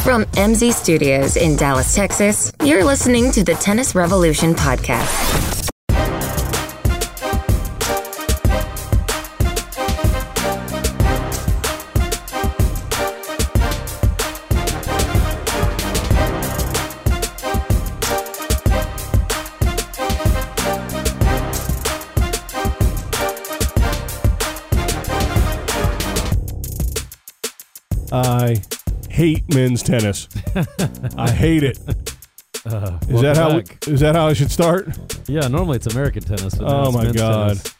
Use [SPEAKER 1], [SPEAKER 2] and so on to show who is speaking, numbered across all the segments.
[SPEAKER 1] From MZ Studios in Dallas, Texas, you're listening to the Tennis Revolution Podcast.
[SPEAKER 2] I hate men's tennis. I hate it. Is that how
[SPEAKER 3] Uh, back.
[SPEAKER 2] we, is that how I should start?
[SPEAKER 3] Yeah, normally it's American tennis. But now
[SPEAKER 2] Oh
[SPEAKER 3] it's
[SPEAKER 2] my
[SPEAKER 3] men's
[SPEAKER 2] god.
[SPEAKER 3] tennis.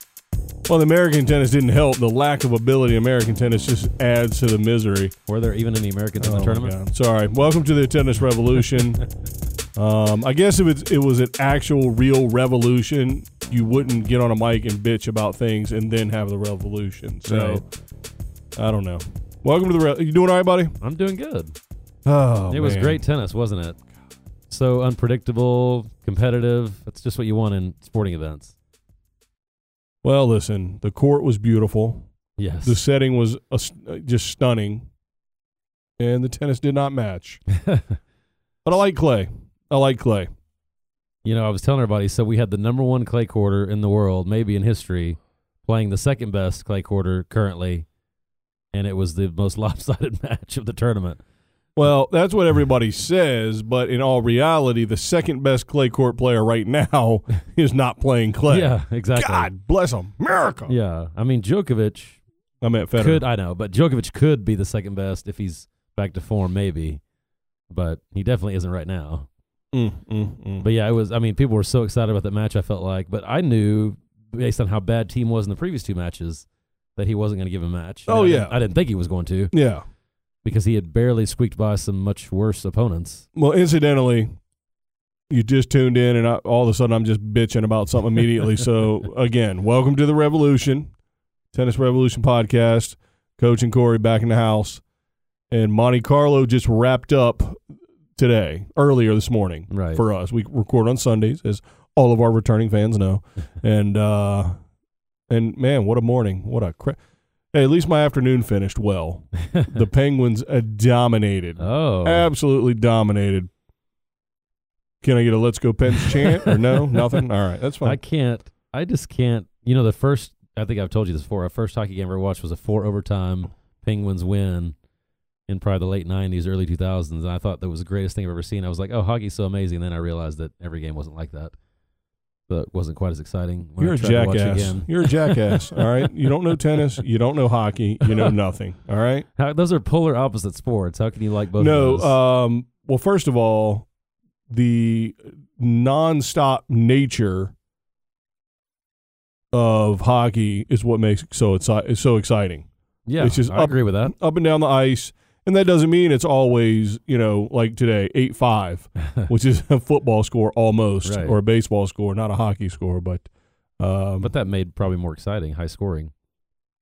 [SPEAKER 2] Well, the American tennis didn't help. The lack of ability in American tennis just adds to the misery.
[SPEAKER 3] Were there even any Americans
[SPEAKER 2] Oh,
[SPEAKER 3] in
[SPEAKER 2] my
[SPEAKER 3] the tournament?
[SPEAKER 2] God. Sorry. Welcome to the tennis revolution. um, I guess if it's, it was an actual real revolution, you wouldn't get on a mic and bitch about things and then have the revolution. So
[SPEAKER 3] Right.
[SPEAKER 2] I don't know. Welcome to the. Re- you doing all right, buddy?
[SPEAKER 3] I'm doing good.
[SPEAKER 2] Oh,
[SPEAKER 3] it was
[SPEAKER 2] man.
[SPEAKER 3] great tennis, wasn't it? So unpredictable, competitive. That's just what you want in sporting events.
[SPEAKER 2] Well, listen. The court was beautiful.
[SPEAKER 3] Yes.
[SPEAKER 2] The setting was a, uh, just stunning, and the tennis did not match. But I like clay. I like clay.
[SPEAKER 3] you know, I was telling everybody. So we had the number one clay quarter in the world, maybe in history, playing the second best clay quarter currently, and it was the most lopsided match of the tournament.
[SPEAKER 2] Well, that's what everybody says, but in all reality, the second best clay court player right now is not playing clay.
[SPEAKER 3] Yeah, exactly.
[SPEAKER 2] God bless America.
[SPEAKER 3] Yeah, I mean Djokovic
[SPEAKER 2] I'm at Federer.
[SPEAKER 3] Could I know, but Djokovic could be the second best if he's back to form, maybe. But he definitely isn't right now.
[SPEAKER 2] Mm, mm, mm.
[SPEAKER 3] But yeah, it was. I mean, people were so excited about that match. I felt like, but I knew based on how bad team was in the previous two matches that he wasn't going to give a match.
[SPEAKER 2] Oh,
[SPEAKER 3] I
[SPEAKER 2] yeah.
[SPEAKER 3] didn't, I didn't think he was going to
[SPEAKER 2] yeah.
[SPEAKER 3] because he had barely squeaked by some much worse opponents.
[SPEAKER 2] Well, incidentally, you just tuned in, and I, all of a sudden I'm just bitching about something immediately. so, again, welcome to the Revolution, Tennis Revolution podcast. Coach and Corey back in the house. And Monte Carlo just wrapped up today, earlier this morning
[SPEAKER 3] Right.
[SPEAKER 2] for us. We record on Sundays, as all of our returning fans know. and, uh, and man, what a morning. What a crap. Hey, at least my afternoon finished well. the Penguins uh, dominated
[SPEAKER 3] oh,
[SPEAKER 2] absolutely dominated. Can I get a "Let's Go Pens" chant or no? Nothing. All right, that's
[SPEAKER 3] I
[SPEAKER 2] fine.
[SPEAKER 3] can't. I just can't. You know, the first. I think I've told you this before. Our first hockey game I ever watched was a four overtime Penguins win in probably the late '90s, early 2000s, and I thought that was the greatest thing I've ever seen. I was like, "Oh, hockey's so amazing!" Then I realized that every game wasn't like that. But it wasn't quite as exciting. When
[SPEAKER 2] You're a
[SPEAKER 3] I tried to watch
[SPEAKER 2] jackass.
[SPEAKER 3] again.
[SPEAKER 2] You're a jackass. All right. You don't know tennis. You don't know hockey. You know nothing. All right.
[SPEAKER 3] How, those are polar opposite sports. How can you like both?
[SPEAKER 2] No.
[SPEAKER 3] of those?
[SPEAKER 2] Um. Well, first of all, the nonstop nature of hockey is what makes it so it's so exciting.
[SPEAKER 3] yeah,
[SPEAKER 2] it's just
[SPEAKER 3] I
[SPEAKER 2] up-
[SPEAKER 3] agree with that.
[SPEAKER 2] up and down the ice. And that doesn't mean it's always, you know, like today, 8 5, which is a football score almost,
[SPEAKER 3] Right.
[SPEAKER 2] or a baseball score, not a hockey score. But, um,
[SPEAKER 3] But that made probably more exciting, high scoring.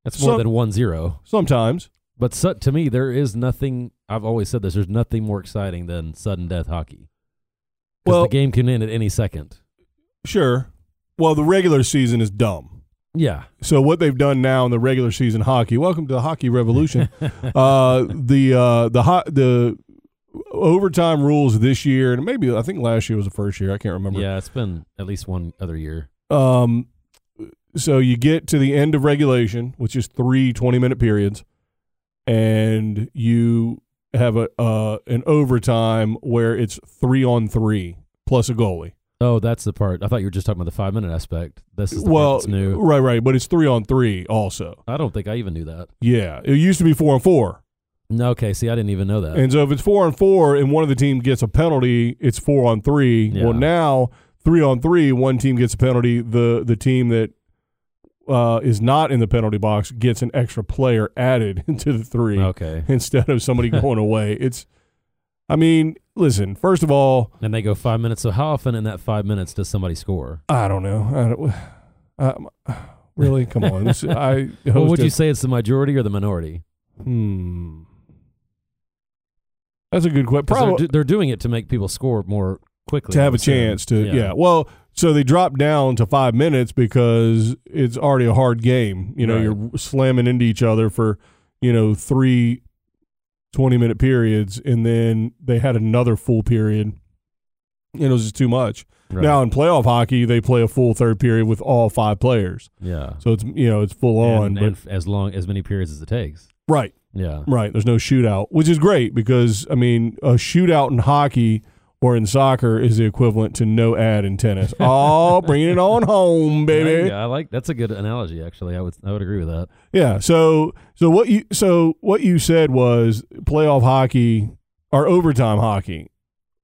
[SPEAKER 3] That's more
[SPEAKER 2] Some-
[SPEAKER 3] than one zero.
[SPEAKER 2] sometimes.
[SPEAKER 3] But su- to me, there is nothing. I've always said this. There's nothing more exciting than sudden death hockey. Because
[SPEAKER 2] Well-
[SPEAKER 3] the game can end at any second.
[SPEAKER 2] Sure. Well, the regular season is dumb.
[SPEAKER 3] Yeah,
[SPEAKER 2] So what they've done now in the regular season hockey, welcome to the hockey revolution. uh, the uh, the ho- the overtime rules this year, and maybe I think last year was the first year. I can't remember.
[SPEAKER 3] yeah. It's been at least one other year.
[SPEAKER 2] Um, so you get to the end of regulation, which is three 20 minute periods, and you have a uh, an overtime where it's three on three plus a goalie.
[SPEAKER 3] Oh, that's the part. I thought you were just talking about the five minute aspect. This is the part
[SPEAKER 2] well,
[SPEAKER 3] that's new.
[SPEAKER 2] right, right, but it's three on three also.
[SPEAKER 3] I don't think I even knew that.
[SPEAKER 2] Yeah, it used to be four on four,
[SPEAKER 3] No, okay. See, I didn't even know that.
[SPEAKER 2] and so if it's four on four and one of the team gets a penalty, it's four on three.
[SPEAKER 3] Yeah.
[SPEAKER 2] Well, now three on three, one team gets a penalty. The the team that uh, is not in the penalty box gets an extra player added into the three
[SPEAKER 3] okay.
[SPEAKER 2] instead of somebody going away. It's, I mean, listen. First of all,
[SPEAKER 3] And they go five minutes. So how often in that five minutes does somebody score?
[SPEAKER 2] I don't know. I don't, I, really, come on. This, I
[SPEAKER 3] Well, would
[SPEAKER 2] hosted-
[SPEAKER 3] you say it's the majority or the minority?
[SPEAKER 2] Hmm. That's a good question.
[SPEAKER 3] 'Cause
[SPEAKER 2] Probably
[SPEAKER 3] they're, do- they're doing it to make people score more quickly.
[SPEAKER 2] to
[SPEAKER 3] I
[SPEAKER 2] have a
[SPEAKER 3] would say.
[SPEAKER 2] chance to yeah. Well, so they drop down to five minutes because it's already a hard game. You know,
[SPEAKER 3] Right.
[SPEAKER 2] you're slamming into each other for you know three 20 minute periods, and then they had another full period. And it was just too much.
[SPEAKER 3] Right.
[SPEAKER 2] Now in playoff hockey, they play a full third period with all five players,
[SPEAKER 3] yeah.
[SPEAKER 2] so it's you know it's full on.
[SPEAKER 3] and,
[SPEAKER 2] but
[SPEAKER 3] and f- as long as many periods as it takes.
[SPEAKER 2] right,
[SPEAKER 3] Yeah.
[SPEAKER 2] Right. There's no shootout, which is great because I mean, a shootout in hockey or in soccer is the equivalent to no ad in tennis. oh, bringing it on home, baby.
[SPEAKER 3] Yeah, I like that's a good analogy actually. I would I would agree with that.
[SPEAKER 2] Yeah. So, so what you so what you said was playoff hockey or overtime hockey,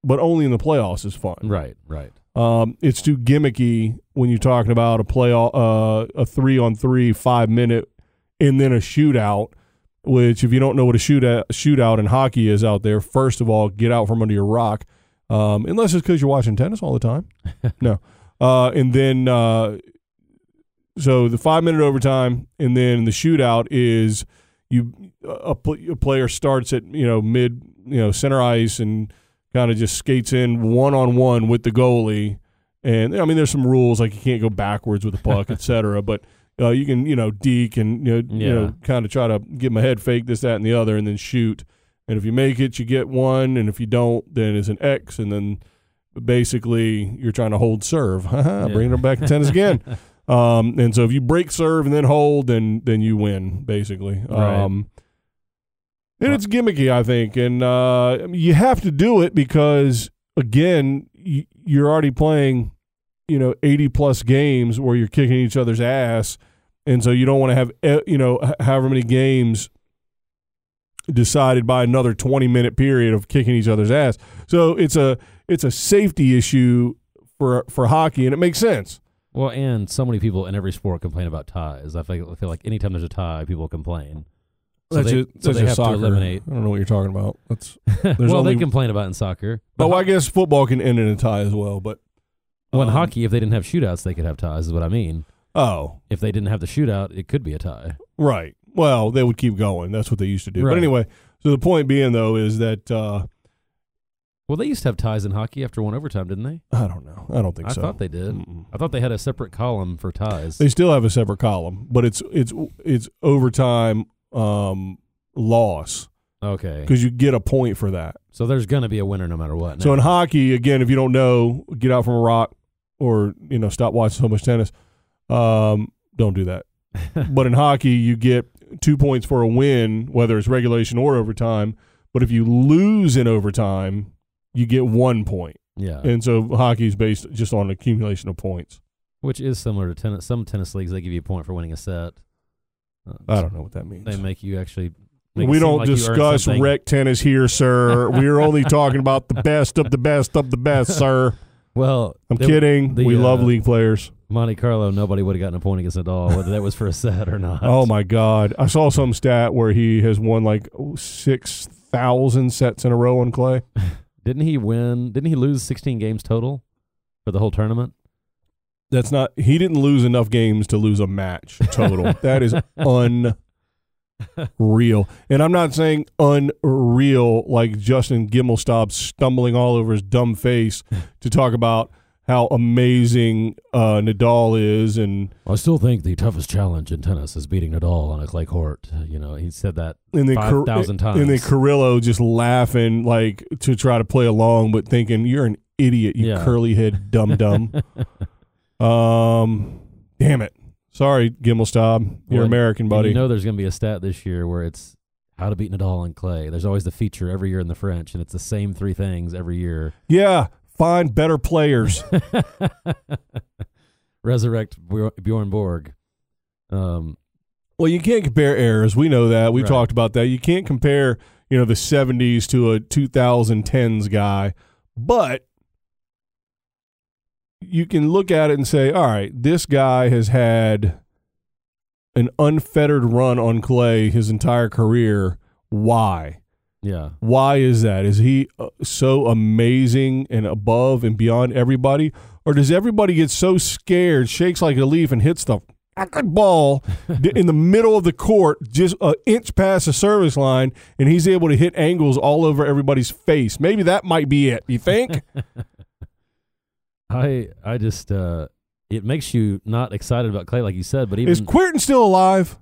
[SPEAKER 2] but only in the playoffs is fun.
[SPEAKER 3] Right, right.
[SPEAKER 2] Um, it's too gimmicky when you're talking about a playoff, uh, a three on three, five minute, and then a shootout. Which, if you don't know what a shootout shootout in hockey is out there, first of all, get out from under your rock. Um, unless it's because you're watching tennis all the time. no, uh, and then uh, so the five minute overtime, and then the shootout is you a, pl- a player starts at you know mid you know center ice and kind of just skates in one on one with the goalie. And I mean, there's some rules like you can't go backwards with the puck, et cetera. But uh, you can, you know, deke and you know, you
[SPEAKER 3] Yeah.
[SPEAKER 2] know, kind of try to get my head fake this, that, and the other, and then shoot. And if you make it, you get one, and if you don't, then it's an X, and then basically you're trying to hold serve, bringing them back to tennis again. Um, and so if you break serve and then hold, then then you win basically.
[SPEAKER 3] Right.
[SPEAKER 2] Um, and it's gimmicky, I think, and uh, I mean, you have to do it because again, y- you're already playing, you know, eighty plus games where you're kicking each other's ass, and so you don't want to have eh, you know h- however many games decided by another 20 minute period of kicking each other's ass. So it's a it's a safety issue for for hockey and it makes sense.
[SPEAKER 3] Well, and so many people in every sport complain about ties. I feel, I feel like anytime there's a tie, people complain. So
[SPEAKER 2] That's
[SPEAKER 3] they,
[SPEAKER 2] just-
[SPEAKER 3] so
[SPEAKER 2] that's
[SPEAKER 3] they have
[SPEAKER 2] just
[SPEAKER 3] to
[SPEAKER 2] soccer.
[SPEAKER 3] eliminate.
[SPEAKER 2] I don't know what you're talking about. That's
[SPEAKER 3] well,
[SPEAKER 2] only-
[SPEAKER 3] they complain about it in soccer. But
[SPEAKER 2] Oh, I guess football can end in a tie as well, but
[SPEAKER 3] well, in
[SPEAKER 2] um,
[SPEAKER 3] hockey, if they didn't have shootouts, they could have ties. Is what I mean.
[SPEAKER 2] Oh,
[SPEAKER 3] If they didn't have the shootout, it could be a tie.
[SPEAKER 2] right. Well, they would keep going. That's what they used to do. But
[SPEAKER 3] Right.
[SPEAKER 2] anyway, so the point being though is that uh,
[SPEAKER 3] Well, they used to have ties in hockey after one overtime, didn't they?
[SPEAKER 2] I don't know. I don't think
[SPEAKER 3] I
[SPEAKER 2] so.
[SPEAKER 3] thought they did.
[SPEAKER 2] Mm-mm.
[SPEAKER 3] I thought they had a separate column for ties.
[SPEAKER 2] They still have a separate column, but it's it's it's overtime um loss
[SPEAKER 3] okay,
[SPEAKER 2] because you get a point for that.
[SPEAKER 3] so there's gonna be a winner no matter what.
[SPEAKER 2] So
[SPEAKER 3] now.
[SPEAKER 2] in hockey, again, if you don't know, get out from a rock, or you know, stop watching so much tennis. Um, don't do that. but in hockey, you get two points for a win, whether it's regulation or overtime. But if you lose in overtime, you get one point.
[SPEAKER 3] yeah,
[SPEAKER 2] And so hockey is based just on accumulation of points.
[SPEAKER 3] which is similar to tennis. Some tennis leagues they give you a point for winning a set. Uh,
[SPEAKER 2] I don't know what that means.
[SPEAKER 3] They make you actually. make it
[SPEAKER 2] We
[SPEAKER 3] seem
[SPEAKER 2] don't
[SPEAKER 3] like you earned
[SPEAKER 2] discuss
[SPEAKER 3] something.
[SPEAKER 2] rec tennis here, sir. We're only talking about the best of the best of the best, sir.
[SPEAKER 3] Well,
[SPEAKER 2] I'm
[SPEAKER 3] there-
[SPEAKER 2] kidding.
[SPEAKER 3] the,
[SPEAKER 2] we love
[SPEAKER 3] uh,
[SPEAKER 2] league players.
[SPEAKER 3] Monte Carlo, nobody would have gotten a point against Nadal, whether that was for a set or not.
[SPEAKER 2] Oh my God! I saw some stat where he has won like six thousand sets in a row on clay.
[SPEAKER 3] Didn't he win? Didn't he lose 16 games total for the whole tournament?
[SPEAKER 2] That's not. He didn't lose enough games to lose a match total. that is unreal. And I'm not saying unreal like Justin Gimelstob stumbling all over his dumb face to talk about how amazing uh, Nadal is and
[SPEAKER 3] I still think the toughest challenge in tennis is beating Nadal on a clay court. You know, he said that.
[SPEAKER 2] and then
[SPEAKER 3] 5,000
[SPEAKER 2] Car- And then
[SPEAKER 3] times.
[SPEAKER 2] Carrillo just laughing, like to try to play along, but thinking you're an idiot, you
[SPEAKER 3] Yeah.
[SPEAKER 2] curly head dum dum. um, damn it. Sorry, Gimelstob. You're
[SPEAKER 3] Well,
[SPEAKER 2] American, buddy.
[SPEAKER 3] You know, there's going to be a stat this year where it's how to beat Nadal on clay. There's always the feature every year in the French, and it's the same three things every year.
[SPEAKER 2] yeah, find better players.
[SPEAKER 3] Resurrect Bjor- Bjorn Borg. Um,
[SPEAKER 2] well, you can't compare errors. We know that. We
[SPEAKER 3] Right.
[SPEAKER 2] talked about that. You can't compare, you know, the 70s to a 2010s guy, but you can look at it and say, all right, this guy has had an unfettered run on clay his entire career. Why?
[SPEAKER 3] yeah.
[SPEAKER 2] Why is that? Is he uh, so amazing and above and beyond everybody? Or does everybody get so scared, shakes like a leaf, and hits the fucking ball d- in the middle of the court, just an inch past the service line, and he's able to hit angles all over everybody's face? Maybe that might be it. You think?
[SPEAKER 3] I I just uh it makes you not excited about clay like you said, but even
[SPEAKER 2] is Quirton still alive?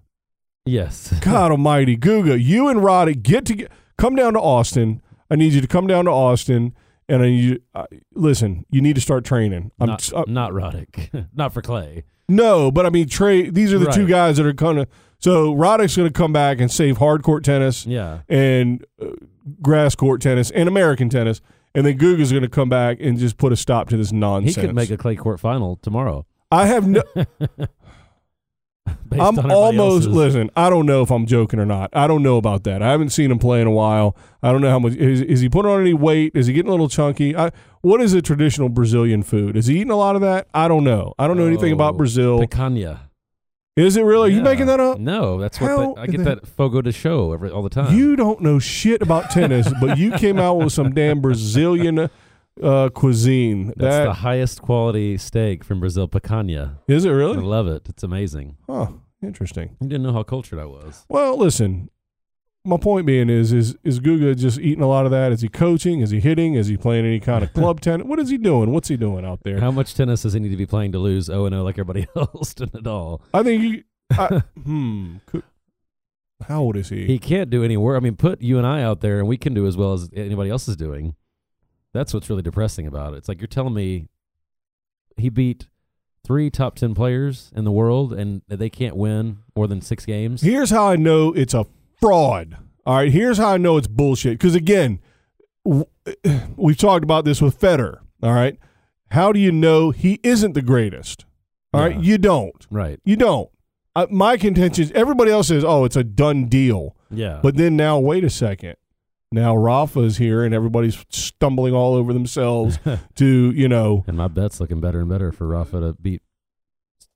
[SPEAKER 3] yes.
[SPEAKER 2] God Almighty, Guga, you and Roddick get together. come down to Austin. I need you to come down to Austin, and I need you. I, listen, you need to start training. I'm
[SPEAKER 3] not,
[SPEAKER 2] t- uh,
[SPEAKER 3] not Roddick, not for Clay.
[SPEAKER 2] no, but I mean, Trey. These are the two
[SPEAKER 3] Right.
[SPEAKER 2] guys that are kind of. So Roddick's going to come back and save hard court tennis
[SPEAKER 3] Yeah,
[SPEAKER 2] and uh, grass court tennis and American tennis, and then Guga's going to come back and just put a stop to this
[SPEAKER 3] he
[SPEAKER 2] nonsense.
[SPEAKER 3] could make a Clay court final tomorrow.
[SPEAKER 2] I have no.
[SPEAKER 3] based
[SPEAKER 2] I'm
[SPEAKER 3] on everybody
[SPEAKER 2] almost
[SPEAKER 3] else's.
[SPEAKER 2] listen. I don't know if I'm joking or not. I don't know about that. I haven't seen him play in a while. I don't know how much is, is he putting on any weight. Is he getting a little chunky? I, what is a traditional Brazilian food? Is he eating a lot of that? I don't know. I don't know anything about
[SPEAKER 3] Oh,
[SPEAKER 2] Brazil.
[SPEAKER 3] Picanha.
[SPEAKER 2] Is it really? Are you
[SPEAKER 3] Yeah.
[SPEAKER 2] making that up?
[SPEAKER 3] No, that's
[SPEAKER 2] How
[SPEAKER 3] what the, I
[SPEAKER 2] did
[SPEAKER 3] get
[SPEAKER 2] they-
[SPEAKER 3] that Fogo de show every all the time.
[SPEAKER 2] You don't know shit about tennis, but you came out with some damn Brazilian uh, cuisine.
[SPEAKER 3] that's the
[SPEAKER 2] That
[SPEAKER 3] highest quality steak from Brazil, picanha.
[SPEAKER 2] is it
[SPEAKER 3] I
[SPEAKER 2] really?
[SPEAKER 3] love it. It's amazing.
[SPEAKER 2] Huh. Interesting.
[SPEAKER 3] You didn't know how cultured I was.
[SPEAKER 2] Well, listen. My point being is is is Guga just eating a lot of that? Is he coaching? Is he hitting? Is he playing any kind of club tennis? What is he doing? What's he doing out there?
[SPEAKER 3] How much tennis does he need to be playing to lose 0 and 0 like everybody else in it all?
[SPEAKER 2] I think. He, I, hmm. Could, how old is he?
[SPEAKER 3] He can't do any work. I mean, put you and I out there, and we can do as well as anybody else is doing. That's what's really depressing about it. It's like you're telling me he beat three top 10 players in the world, and they can't win more than six games.
[SPEAKER 2] Here's how I know it's a fraud. All right. Here's how I know it's bullshit. Because again, w- we've talked about this with Federer. All right. How do you know he isn't the greatest? All right.
[SPEAKER 3] Yeah.
[SPEAKER 2] You don't.
[SPEAKER 3] right.
[SPEAKER 2] You don't. Uh, my contention is everybody else says, "Oh, it's a done deal."
[SPEAKER 3] Yeah.
[SPEAKER 2] But then now, wait a second. Now Rafa's here, and everybody's stumbling all over themselves to you know.
[SPEAKER 3] And my bet's looking better and better for Rafa to beat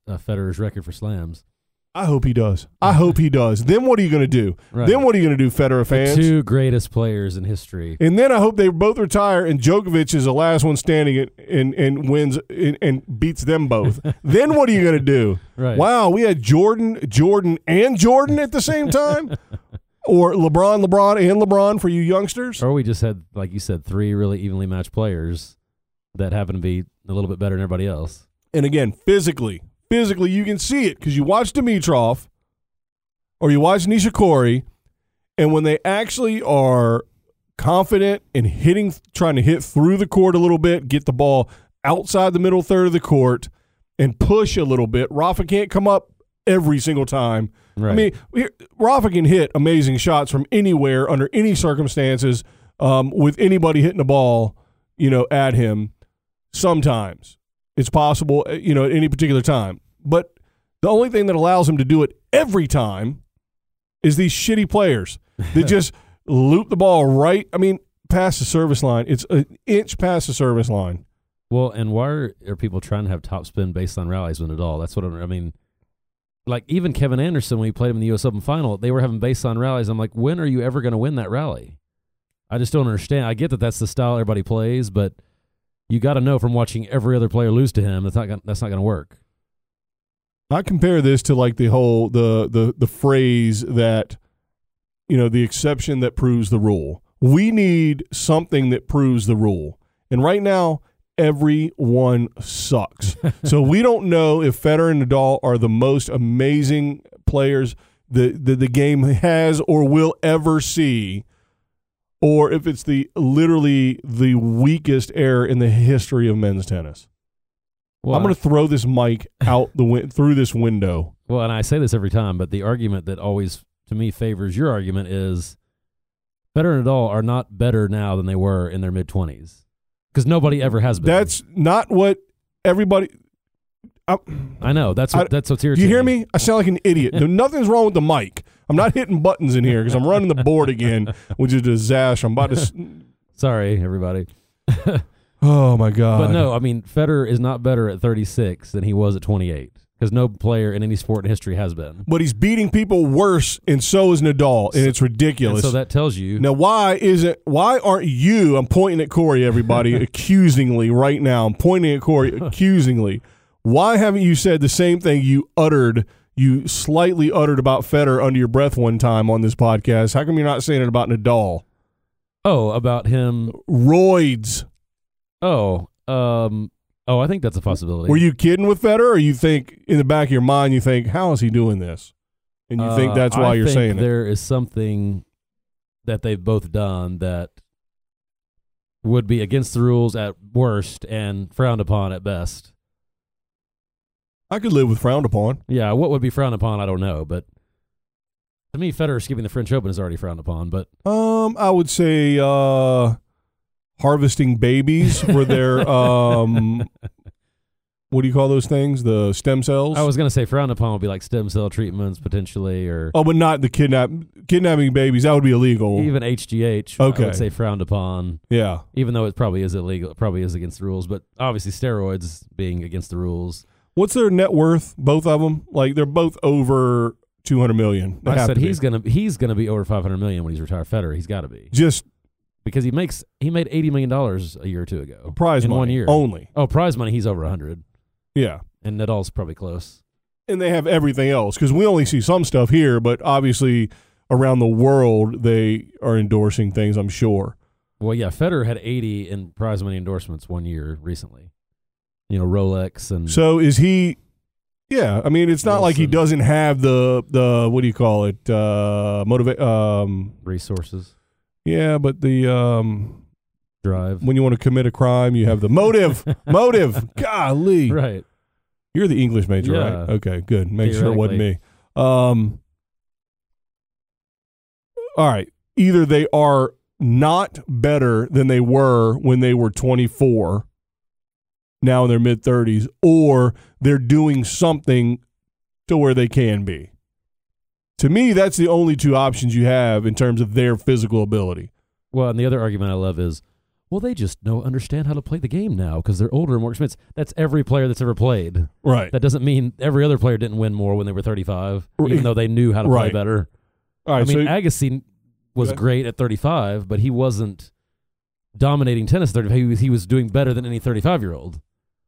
[SPEAKER 3] uh, Federer's record for slams.
[SPEAKER 2] I hope he does. I hope he does. Then what are you going to do?
[SPEAKER 3] Right.
[SPEAKER 2] Then what are you going to do, Federer
[SPEAKER 3] The
[SPEAKER 2] fans?
[SPEAKER 3] two greatest players in history.
[SPEAKER 2] and then I hope they both retire, and Djokovic is the last one standing and and, and wins and, and beats them both. then what are you going to do?
[SPEAKER 3] Right.
[SPEAKER 2] Wow, we had Jordan, Jordan, and Jordan at the same time, or LeBron, LeBron, and LeBron for you youngsters.
[SPEAKER 3] Or we just had, like you said, three really evenly matched players that happen to be a little bit better than everybody else.
[SPEAKER 2] and again, physically, physically, you can see it because you watch Dimitrov or you watch Nishikori, and when they actually are confident and hitting, trying to hit through the court a little bit, get the ball outside the middle third of the court, and push a little bit, Rafa can't come up every single time.
[SPEAKER 3] Right.
[SPEAKER 2] I mean, here- Rafa can hit amazing shots from anywhere under any circumstances um, with anybody hitting the ball, you know, at him. Sometimes it's possible, uh, you know, at any particular time. But the only thing that allows him to do it every time is these shitty players that just loop the ball right. I mean, past the service line. It's an inch past the service line.
[SPEAKER 3] Well, and why are, are people trying to have top spin based on rallies when at all? That's what I, I mean. Like even Kevin Anderson, when he played him in the U.S. Open final, they were having based on rallies. I'm like, when are you ever going to win that rally? I just don't understand. I get that that's the style everybody plays, but you got to know from watching every other player lose to him, that's not gonna, that's not going to work.
[SPEAKER 2] I compare this to like the whole the the the phrase that you know the exception that proves the rule. We need something that proves the rule. And right now everyone sucks. so we don't know if Federer and Nadal are the most amazing players that the, the game has or will ever see or if it's the literally the weakest error in the history of men's tennis.
[SPEAKER 3] Well,
[SPEAKER 2] I'm going to throw this mic out the win- through this window.
[SPEAKER 3] Well, and I say this every time, but the argument that always to me favors your argument is Federer and Nadal are not better now than they were in their mid twenties because nobody ever has been.
[SPEAKER 2] That's not what everybody. I,
[SPEAKER 3] I know that's what,
[SPEAKER 2] I-
[SPEAKER 3] that's what's
[SPEAKER 2] do
[SPEAKER 3] irritating.
[SPEAKER 2] you hear me? I sound like an idiot. No, nothing's wrong with the mic. I'm not hitting buttons in here because I'm running the board again, which is a disaster. I'm about to. s-
[SPEAKER 3] Sorry, everybody.
[SPEAKER 2] Oh my god!
[SPEAKER 3] But no, I mean Federer is not better at 36 than he was at 28 because no player in any sport in history has been.
[SPEAKER 2] But he's beating people worse, and so is Nadal, and it's
[SPEAKER 3] And
[SPEAKER 2] ridiculous.
[SPEAKER 3] so that tells you
[SPEAKER 2] now, why isn't? Why aren't you? I'm pointing at Corey, everybody, accusingly right now. I'm pointing at Corey accusingly. Why haven't you said the same thing you uttered, you slightly uttered about Federer under your breath one time on this podcast? How come you're not saying it about Nadal?
[SPEAKER 3] oh about him.
[SPEAKER 2] Roids.
[SPEAKER 3] Oh, um, oh, I think that's a possibility.
[SPEAKER 2] Were you kidding with Federer, or you think in the back of your mind you think, how is he doing this? And you think
[SPEAKER 3] Uh,
[SPEAKER 2] that's
[SPEAKER 3] I
[SPEAKER 2] why you're
[SPEAKER 3] think
[SPEAKER 2] saying it.
[SPEAKER 3] there is something that they've both done that would be against the rules at worst and frowned upon at best.
[SPEAKER 2] I could live with frowned upon.
[SPEAKER 3] Yeah, what would be frowned upon, I don't know, but to me, Federer skipping the French Open is already frowned upon. But
[SPEAKER 2] Um, I would say uh, harvesting babies for their um, what do you call those things? The stem cells.
[SPEAKER 3] I was gonna say frowned upon would be like stem cell treatments potentially, or
[SPEAKER 2] oh, but not the kidnap kidnapping babies. That would be illegal.
[SPEAKER 3] even HGH. I
[SPEAKER 2] Oh. Okay.
[SPEAKER 3] would say frowned upon,
[SPEAKER 2] yeah.
[SPEAKER 3] even though it probably is illegal. It probably is against the rules, but obviously steroids being against the rules.
[SPEAKER 2] What's their net worth? Both of them? Like they're both over two hundred million. They
[SPEAKER 3] I
[SPEAKER 2] have
[SPEAKER 3] said
[SPEAKER 2] to be.
[SPEAKER 3] he's gonna he's gonna be over five hundred million when he's retired. Federer, he's got to be
[SPEAKER 2] just
[SPEAKER 3] because he makes he made eighty million dollars a year or two ago.
[SPEAKER 2] prize
[SPEAKER 3] in
[SPEAKER 2] money
[SPEAKER 3] one year.
[SPEAKER 2] only.
[SPEAKER 3] Oh, prize money, he's over hundred,
[SPEAKER 2] Yeah.
[SPEAKER 3] and Nadal's probably close.
[SPEAKER 2] and they have everything else because we only see some stuff here, but obviously around the world they are endorsing things. I'm sure.
[SPEAKER 3] Well, yeah, Federer had 80 in prize money endorsements one year recently. You know, Rolex and
[SPEAKER 2] So is he? Yeah, I mean it's not like he
[SPEAKER 3] Wilson.
[SPEAKER 2] doesn't have the the what do you call it uh, motivate. Um,
[SPEAKER 3] resources
[SPEAKER 2] yeah, but the um,
[SPEAKER 3] drive.
[SPEAKER 2] when you want to commit a crime, you have the motive. motive. Golly,
[SPEAKER 3] Right.
[SPEAKER 2] you're the English major, right?
[SPEAKER 3] Yeah.
[SPEAKER 2] Okay, good. Make sure it wasn't me. Um, all right. Either they are not better than they were when they were 24, now in their mid 30s, or they're doing something to where they can be. To me, that's the only two options you have in terms of their physical ability.
[SPEAKER 3] Well, and the other argument I love is, well, they just know understand how to play the game now because they're older and more experienced. That's every player that's ever played.
[SPEAKER 2] Right.
[SPEAKER 3] That doesn't mean every other player didn't win more when they were 35, even
[SPEAKER 2] Right.
[SPEAKER 3] though they knew how to play
[SPEAKER 2] Right.
[SPEAKER 3] better.
[SPEAKER 2] All right.
[SPEAKER 3] I mean,
[SPEAKER 2] so,
[SPEAKER 3] Agassi was
[SPEAKER 2] Go ahead.
[SPEAKER 3] great at 35, but he wasn't dominating tennis at 35. He was, he was doing better than any 35 year old,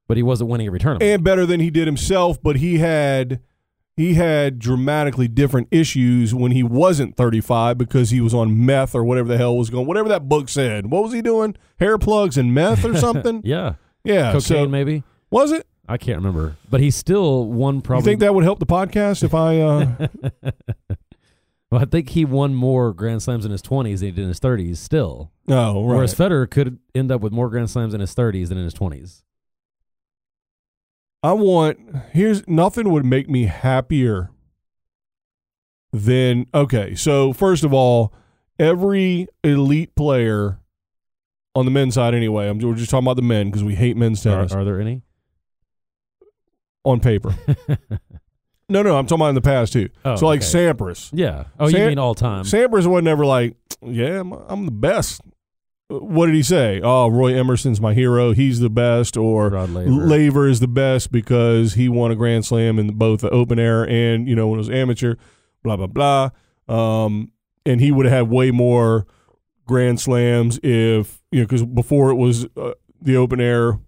[SPEAKER 3] but he wasn't winning every tournament.
[SPEAKER 2] and better than he did himself, but he had he had dramatically different issues when he wasn't 35 because he was on meth or whatever the hell was going. Whatever that book said, what was he doing? Hair plugs and meth or something?
[SPEAKER 3] yeah.
[SPEAKER 2] yeah.
[SPEAKER 3] Cocaine,
[SPEAKER 2] so
[SPEAKER 3] maybe.
[SPEAKER 2] was it?
[SPEAKER 3] I can't remember, but he still won
[SPEAKER 2] You
[SPEAKER 3] probably.
[SPEAKER 2] think that would help the podcast if I? Uh,
[SPEAKER 3] well, I think he won more Grand Slams in his twenties than he did in his thirties. Still,
[SPEAKER 2] oh, right.
[SPEAKER 3] whereas Federer could end up with more Grand Slams in his thirties than in his twenties.
[SPEAKER 2] I want here's nothing would make me happier than okay, so first of all, every elite player on the men's side anyway, I'm we're just talking about the men because we hate men's
[SPEAKER 3] Are,
[SPEAKER 2] tennis
[SPEAKER 3] are there any?
[SPEAKER 2] on paper. no, no, I'm talking about in the past too.
[SPEAKER 3] Oh,
[SPEAKER 2] so like
[SPEAKER 3] okay.
[SPEAKER 2] Sampras.
[SPEAKER 3] yeah. Oh, you
[SPEAKER 2] Sam-
[SPEAKER 3] mean all time?
[SPEAKER 2] Sampras was never like, yeah, I'm, I'm the best. Uh, What did he say? Oh, Roy Emerson's my hero. He's the best. Or
[SPEAKER 3] Rod Laver.
[SPEAKER 2] Laver is the best because he won a Grand Slam in both the open air and you know when it was amateur, blah blah blah. Um, and he would have way more Grand Slams if you know because before it was uh, the open air,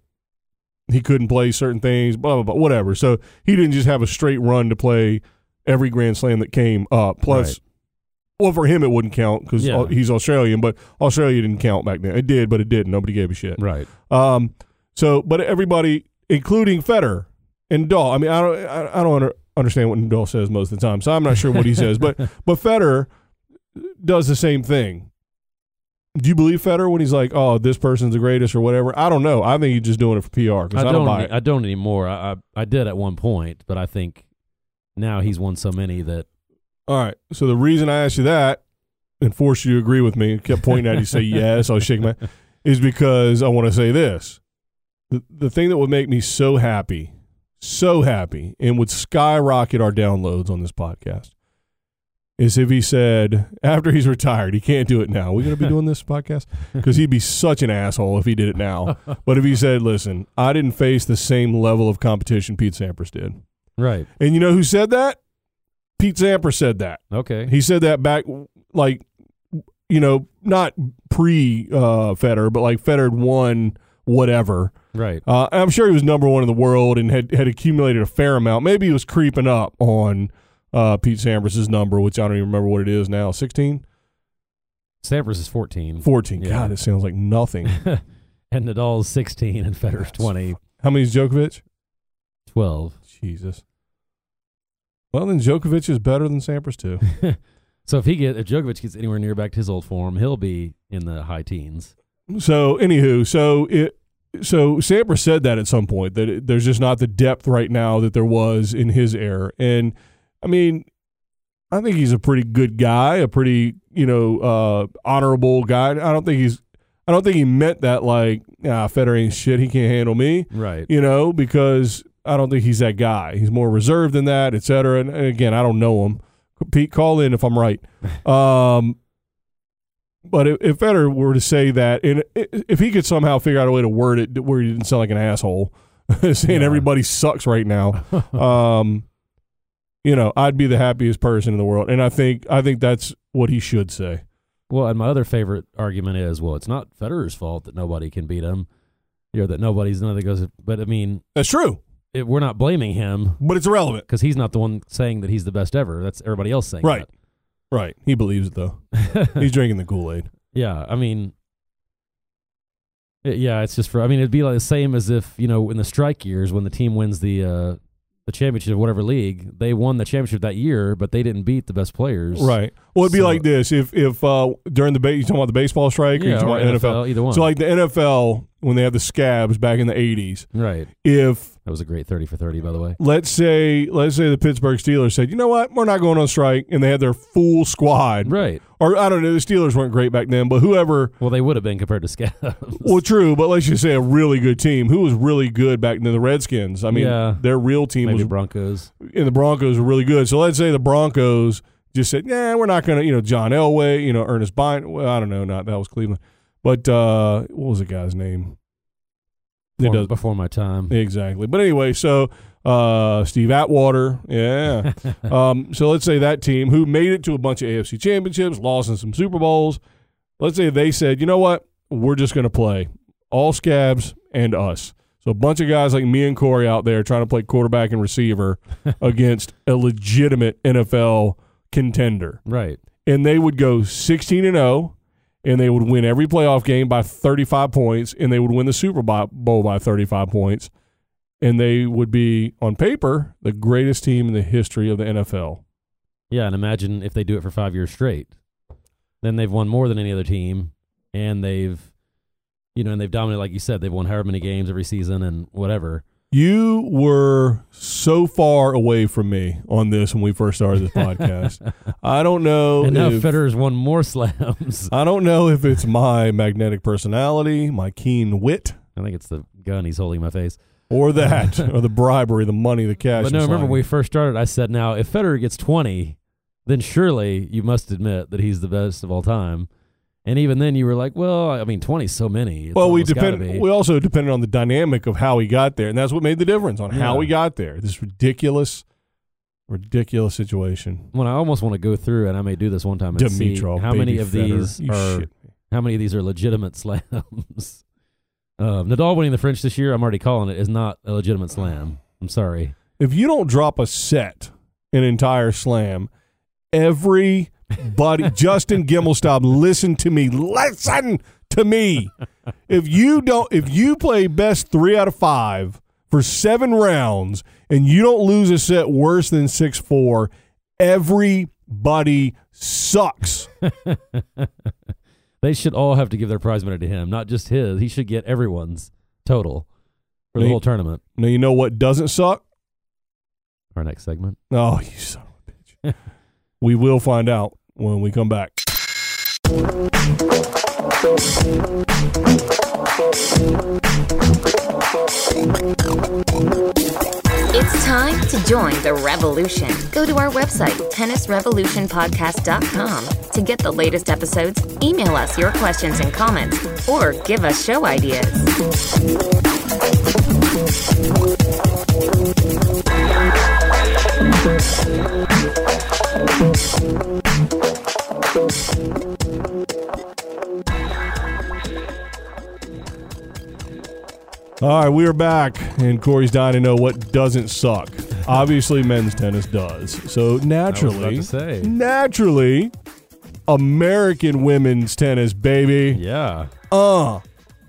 [SPEAKER 2] he couldn't play certain things, blah blah blah, whatever. So he didn't just have a straight run to play every Grand Slam that came up. Plus.
[SPEAKER 3] Right.
[SPEAKER 2] Well, for him it wouldn't count because
[SPEAKER 3] Yeah.
[SPEAKER 2] he's Australian, but Australia didn't count back then. It did, but it didn't. Nobody gave a shit.
[SPEAKER 3] right.
[SPEAKER 2] Um, so, but everybody, including Federer and Dahl. I mean, I don't, I, I don't under, understand what Dahl says most of the time, so I'm not sure what he says. But, but Federer does the same thing. Do you believe Federer when he's like, "Oh, this person's the greatest" or whatever? I don't know. I think he's just doing it for PR because I, don't, buy it.
[SPEAKER 3] I don't anymore. I, I I did at one point, but I think now he's won so many that
[SPEAKER 2] All right. So the reason I asked you that and forced you to agree with me, kept pointing at you, say yes, I was shaking my, is because I want to say this. The, the thing that would make me so happy, so happy, and would skyrocket our downloads on this podcast is if he said, after he's retired, he can't do it now. Are we going to be doing this podcast? Because he'd be such an asshole if he did it now. But if he said, listen, I didn't face the same level of competition Pete Sampras did.
[SPEAKER 3] right.
[SPEAKER 2] And you know who said that? Pete Sampras said that.
[SPEAKER 3] Okay.
[SPEAKER 2] He said that back, like, you know, not pre uh, Federer, but like Federer won whatever.
[SPEAKER 3] right.
[SPEAKER 2] Uh, I'm sure he was number one in the world and had, had accumulated a fair amount. Maybe he was creeping up on uh, Pete Sampras's number, which I don't even remember what it is now 16?
[SPEAKER 3] Sampras is fourteen.
[SPEAKER 2] 14.
[SPEAKER 3] Yeah.
[SPEAKER 2] God, it sounds like nothing.
[SPEAKER 3] and Nadal's 16 and Federer's 20,
[SPEAKER 2] How many is Djokovic?
[SPEAKER 3] 12.
[SPEAKER 2] Jesus. Well, then Djokovic is better than Sampras, too.
[SPEAKER 3] So if he get if Djokovic gets anywhere near back to his old form, he'll be in the high teens.
[SPEAKER 2] So, anywho, so it, so Sampras said that at some point that it, there's just not the depth right now that there was in his era, and I mean, I think he's a pretty good guy, a pretty you know uh, honorable guy. I don't think he's, I don't think he meant that like ah Federer ain't shit, he can't handle me,
[SPEAKER 3] Right.
[SPEAKER 2] you know, because I don't think he's that guy. He's more reserved than that, et cetera. And, and again, I don't know him. Pete, call in if I'm right. Um, but if, if Federer were to say that, and i- if he could somehow figure out a way to word it where he didn't sound like an asshole, saying
[SPEAKER 3] Yeah.
[SPEAKER 2] everybody sucks right now, um, you know, I'd be the happiest person in the world. And I think I think that's what he should say.
[SPEAKER 3] Well, and my other favorite argument is, well, it's not Federer's fault that nobody can beat him. You know that nobody's none of that goes. But I mean,
[SPEAKER 2] That's true,
[SPEAKER 3] it, we're not blaming him
[SPEAKER 2] but it's irrelevant.
[SPEAKER 3] because he's not the one saying that he's the best ever. That's everybody else saying
[SPEAKER 2] Right. Right. He believes it, though.
[SPEAKER 3] that.
[SPEAKER 2] He's drinking the Kool Aid.
[SPEAKER 3] yeah, I mean, it- yeah, it's just for. I mean, it'd be like the same as if you know in the strike years when the team wins the uh, the championship of whatever league, they won the championship that year, but they didn't beat the best players.
[SPEAKER 2] Right. Well, it'd be
[SPEAKER 3] So-
[SPEAKER 2] like this if if uh, during the ba- you talking about the baseball strike or you
[SPEAKER 3] Yeah,
[SPEAKER 2] talking
[SPEAKER 3] or
[SPEAKER 2] about NFL.
[SPEAKER 3] NFL, either one.
[SPEAKER 2] So like the NFL when they have the scabs back in the eighties,
[SPEAKER 3] Right.
[SPEAKER 2] if
[SPEAKER 3] That was a great thirty for thirty, by the way.
[SPEAKER 2] let's say let's say the Pittsburgh Steelers said, you know what, we're not going on strike, and they had their full squad,
[SPEAKER 3] Right.
[SPEAKER 2] or I don't know, the Steelers weren't great back then, but whoever.
[SPEAKER 3] Well, they would have been compared to Scabs.
[SPEAKER 2] Well, true, but let's just say a really good team. Who was really good back then? The Redskins. I mean,
[SPEAKER 3] Yeah.
[SPEAKER 2] their real team
[SPEAKER 3] Maybe
[SPEAKER 2] was
[SPEAKER 3] Broncos.
[SPEAKER 2] and the Broncos were really good. So let's say the Broncos just said, "Nah, we're not going to." You know, John Elway, you know, Ernest Bynum. Well, I don't know, not that was Cleveland, but uh, what was the guy's name? It
[SPEAKER 3] Before,
[SPEAKER 2] does-
[SPEAKER 3] before my time.
[SPEAKER 2] exactly. But anyway, so uh, Steve Atwater, yeah. um, so let's say that team who made it to a bunch of AFC championships, lost in some Super Bowls. Let's say they said, "You know what? We're just going to play all scabs and us." So a bunch of guys like me and Corey out there trying to play quarterback and receiver against a legitimate NFL contender.
[SPEAKER 3] Right.
[SPEAKER 2] And they would go 16 and 0 and they would win every playoff game by 35 points and they would win the Super Bo- Bowl by 35 points and they would be on paper the greatest team in the history of the NFL.
[SPEAKER 3] Yeah, and imagine if they do it for five years straight, then they've won more than any other team, and they've, you know, and they've dominated. Like you said, they've won however many games every season and whatever.
[SPEAKER 2] You were so far away from me on this when we first started this podcast. I don't know
[SPEAKER 3] and now
[SPEAKER 2] if-
[SPEAKER 3] Federer's won more slams.
[SPEAKER 2] I don't know if it's my magnetic personality, my keen wit,
[SPEAKER 3] I think it's the gun he's holding in my face.
[SPEAKER 2] or that, or the bribery, the money, the cash.
[SPEAKER 3] But no,
[SPEAKER 2] and
[SPEAKER 3] remember
[SPEAKER 2] signing.
[SPEAKER 3] when we first started, I said, now if Federer gets 20, then surely you must admit that he's the best of all time. And even then, you were like, well, I mean, 20 is so many. It's
[SPEAKER 2] well, we
[SPEAKER 3] almost gotta
[SPEAKER 2] depend.
[SPEAKER 3] be.
[SPEAKER 2] We also depended on the dynamic of how he got there, and that's what made the difference on how
[SPEAKER 3] Yeah.
[SPEAKER 2] he got there. This ridiculous, ridiculous situation.
[SPEAKER 3] When I almost want to go through, and I may do this one time and see
[SPEAKER 2] Dimitrov,
[SPEAKER 3] how
[SPEAKER 2] baby
[SPEAKER 3] many of
[SPEAKER 2] Federer.
[SPEAKER 3] these
[SPEAKER 2] You
[SPEAKER 3] are
[SPEAKER 2] shit.
[SPEAKER 3] how many of these are legitimate slams. Uh, Nadal winning the French this year, I'm already calling it, is not a legitimate slam. I'm sorry.
[SPEAKER 2] If you don't drop a set, an entire slam, every buddy, Justin Gimelstob, listen to me, listen to me. If you don't, if you play best three out of five for seven rounds and you don't lose a set worse than six four, everybody sucks.
[SPEAKER 3] They should all have to give their prize money to him, not just his. He should get everyone's total for the
[SPEAKER 2] Me-
[SPEAKER 3] whole tournament.
[SPEAKER 2] Now you know what doesn't suck.
[SPEAKER 3] Our next segment.
[SPEAKER 2] Oh, you son of a bitch. we will find out when we come back.
[SPEAKER 1] It's time to join the revolution. Go to our website, tennisrevolutionpodcast.com, to get the latest episodes, email us your questions and comments, or give us show ideas.
[SPEAKER 2] All right, we are back, and Corey's dying to know what doesn't suck. Obviously, men's tennis does. So naturally,
[SPEAKER 3] say.
[SPEAKER 2] naturally, American women's tennis, baby.
[SPEAKER 3] Yeah.
[SPEAKER 2] Uh,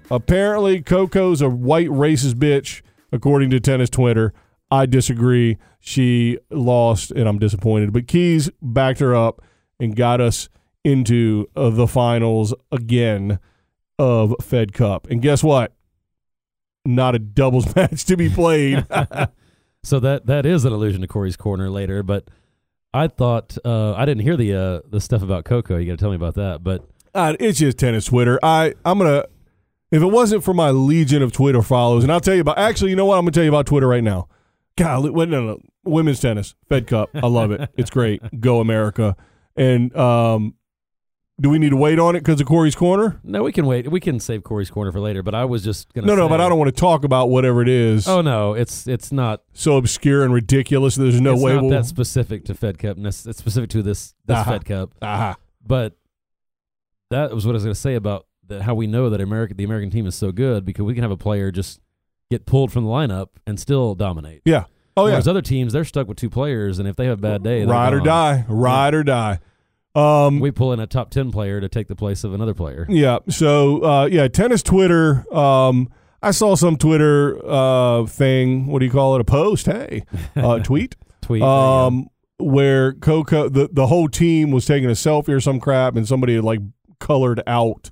[SPEAKER 2] apparently, Coco's a white racist bitch, according to tennis Twitter. I disagree. She lost, and I'm disappointed. But Keys backed her up and got us into uh, the finals again of Fed Cup. And guess what? Not a doubles match to be played.
[SPEAKER 3] so that that is an allusion to Corey's corner later, but I thought uh, I didn't hear the uh, the stuff about Coco. You got to tell me about that. But
[SPEAKER 2] Uh, it's just tennis Twitter. I I'm gonna. If it wasn't for my legion of Twitter followers, and I'll tell you about. Actually, you know what? I'm gonna tell you about Twitter right now. God, wait, no, no, women's tennis, Fed Cup. I love it. It's great. Go America. And um, do we need to wait on it because of Corey's corner?
[SPEAKER 3] no, we can wait. We can save Corey's corner for later. But I was just gonna
[SPEAKER 2] No, no.
[SPEAKER 3] say-
[SPEAKER 2] But I don't want to talk about whatever it is.
[SPEAKER 3] Oh no, it's it's not.
[SPEAKER 2] So obscure and ridiculous. There's no
[SPEAKER 3] it's
[SPEAKER 2] way
[SPEAKER 3] not
[SPEAKER 2] we'll.
[SPEAKER 3] that specific to Fed Cup. nec- It's specific to this this
[SPEAKER 2] Uh-huh.
[SPEAKER 3] Fed Cup.
[SPEAKER 2] Aha.
[SPEAKER 3] But that was what I was going to say about the, how we know that America, the American team is so good because we can have a player just get pulled from the lineup and still dominate.
[SPEAKER 2] Yeah. Oh yeah.
[SPEAKER 3] Whereas other teams, they're stuck with two players, and if they have a bad day, they're
[SPEAKER 2] Ride or
[SPEAKER 3] gone.
[SPEAKER 2] die. Ride or die. Um,
[SPEAKER 3] We pull in a top ten player to take the place of another player.
[SPEAKER 2] Yeah. So uh, yeah, tennis Twitter. Um, I saw some Twitter uh, thing. What do you call it? A post? Hey, uh, tweet.
[SPEAKER 3] Tweet.
[SPEAKER 2] Um, where Coco, the the whole team was taking a selfie or some crap, and somebody had like colored out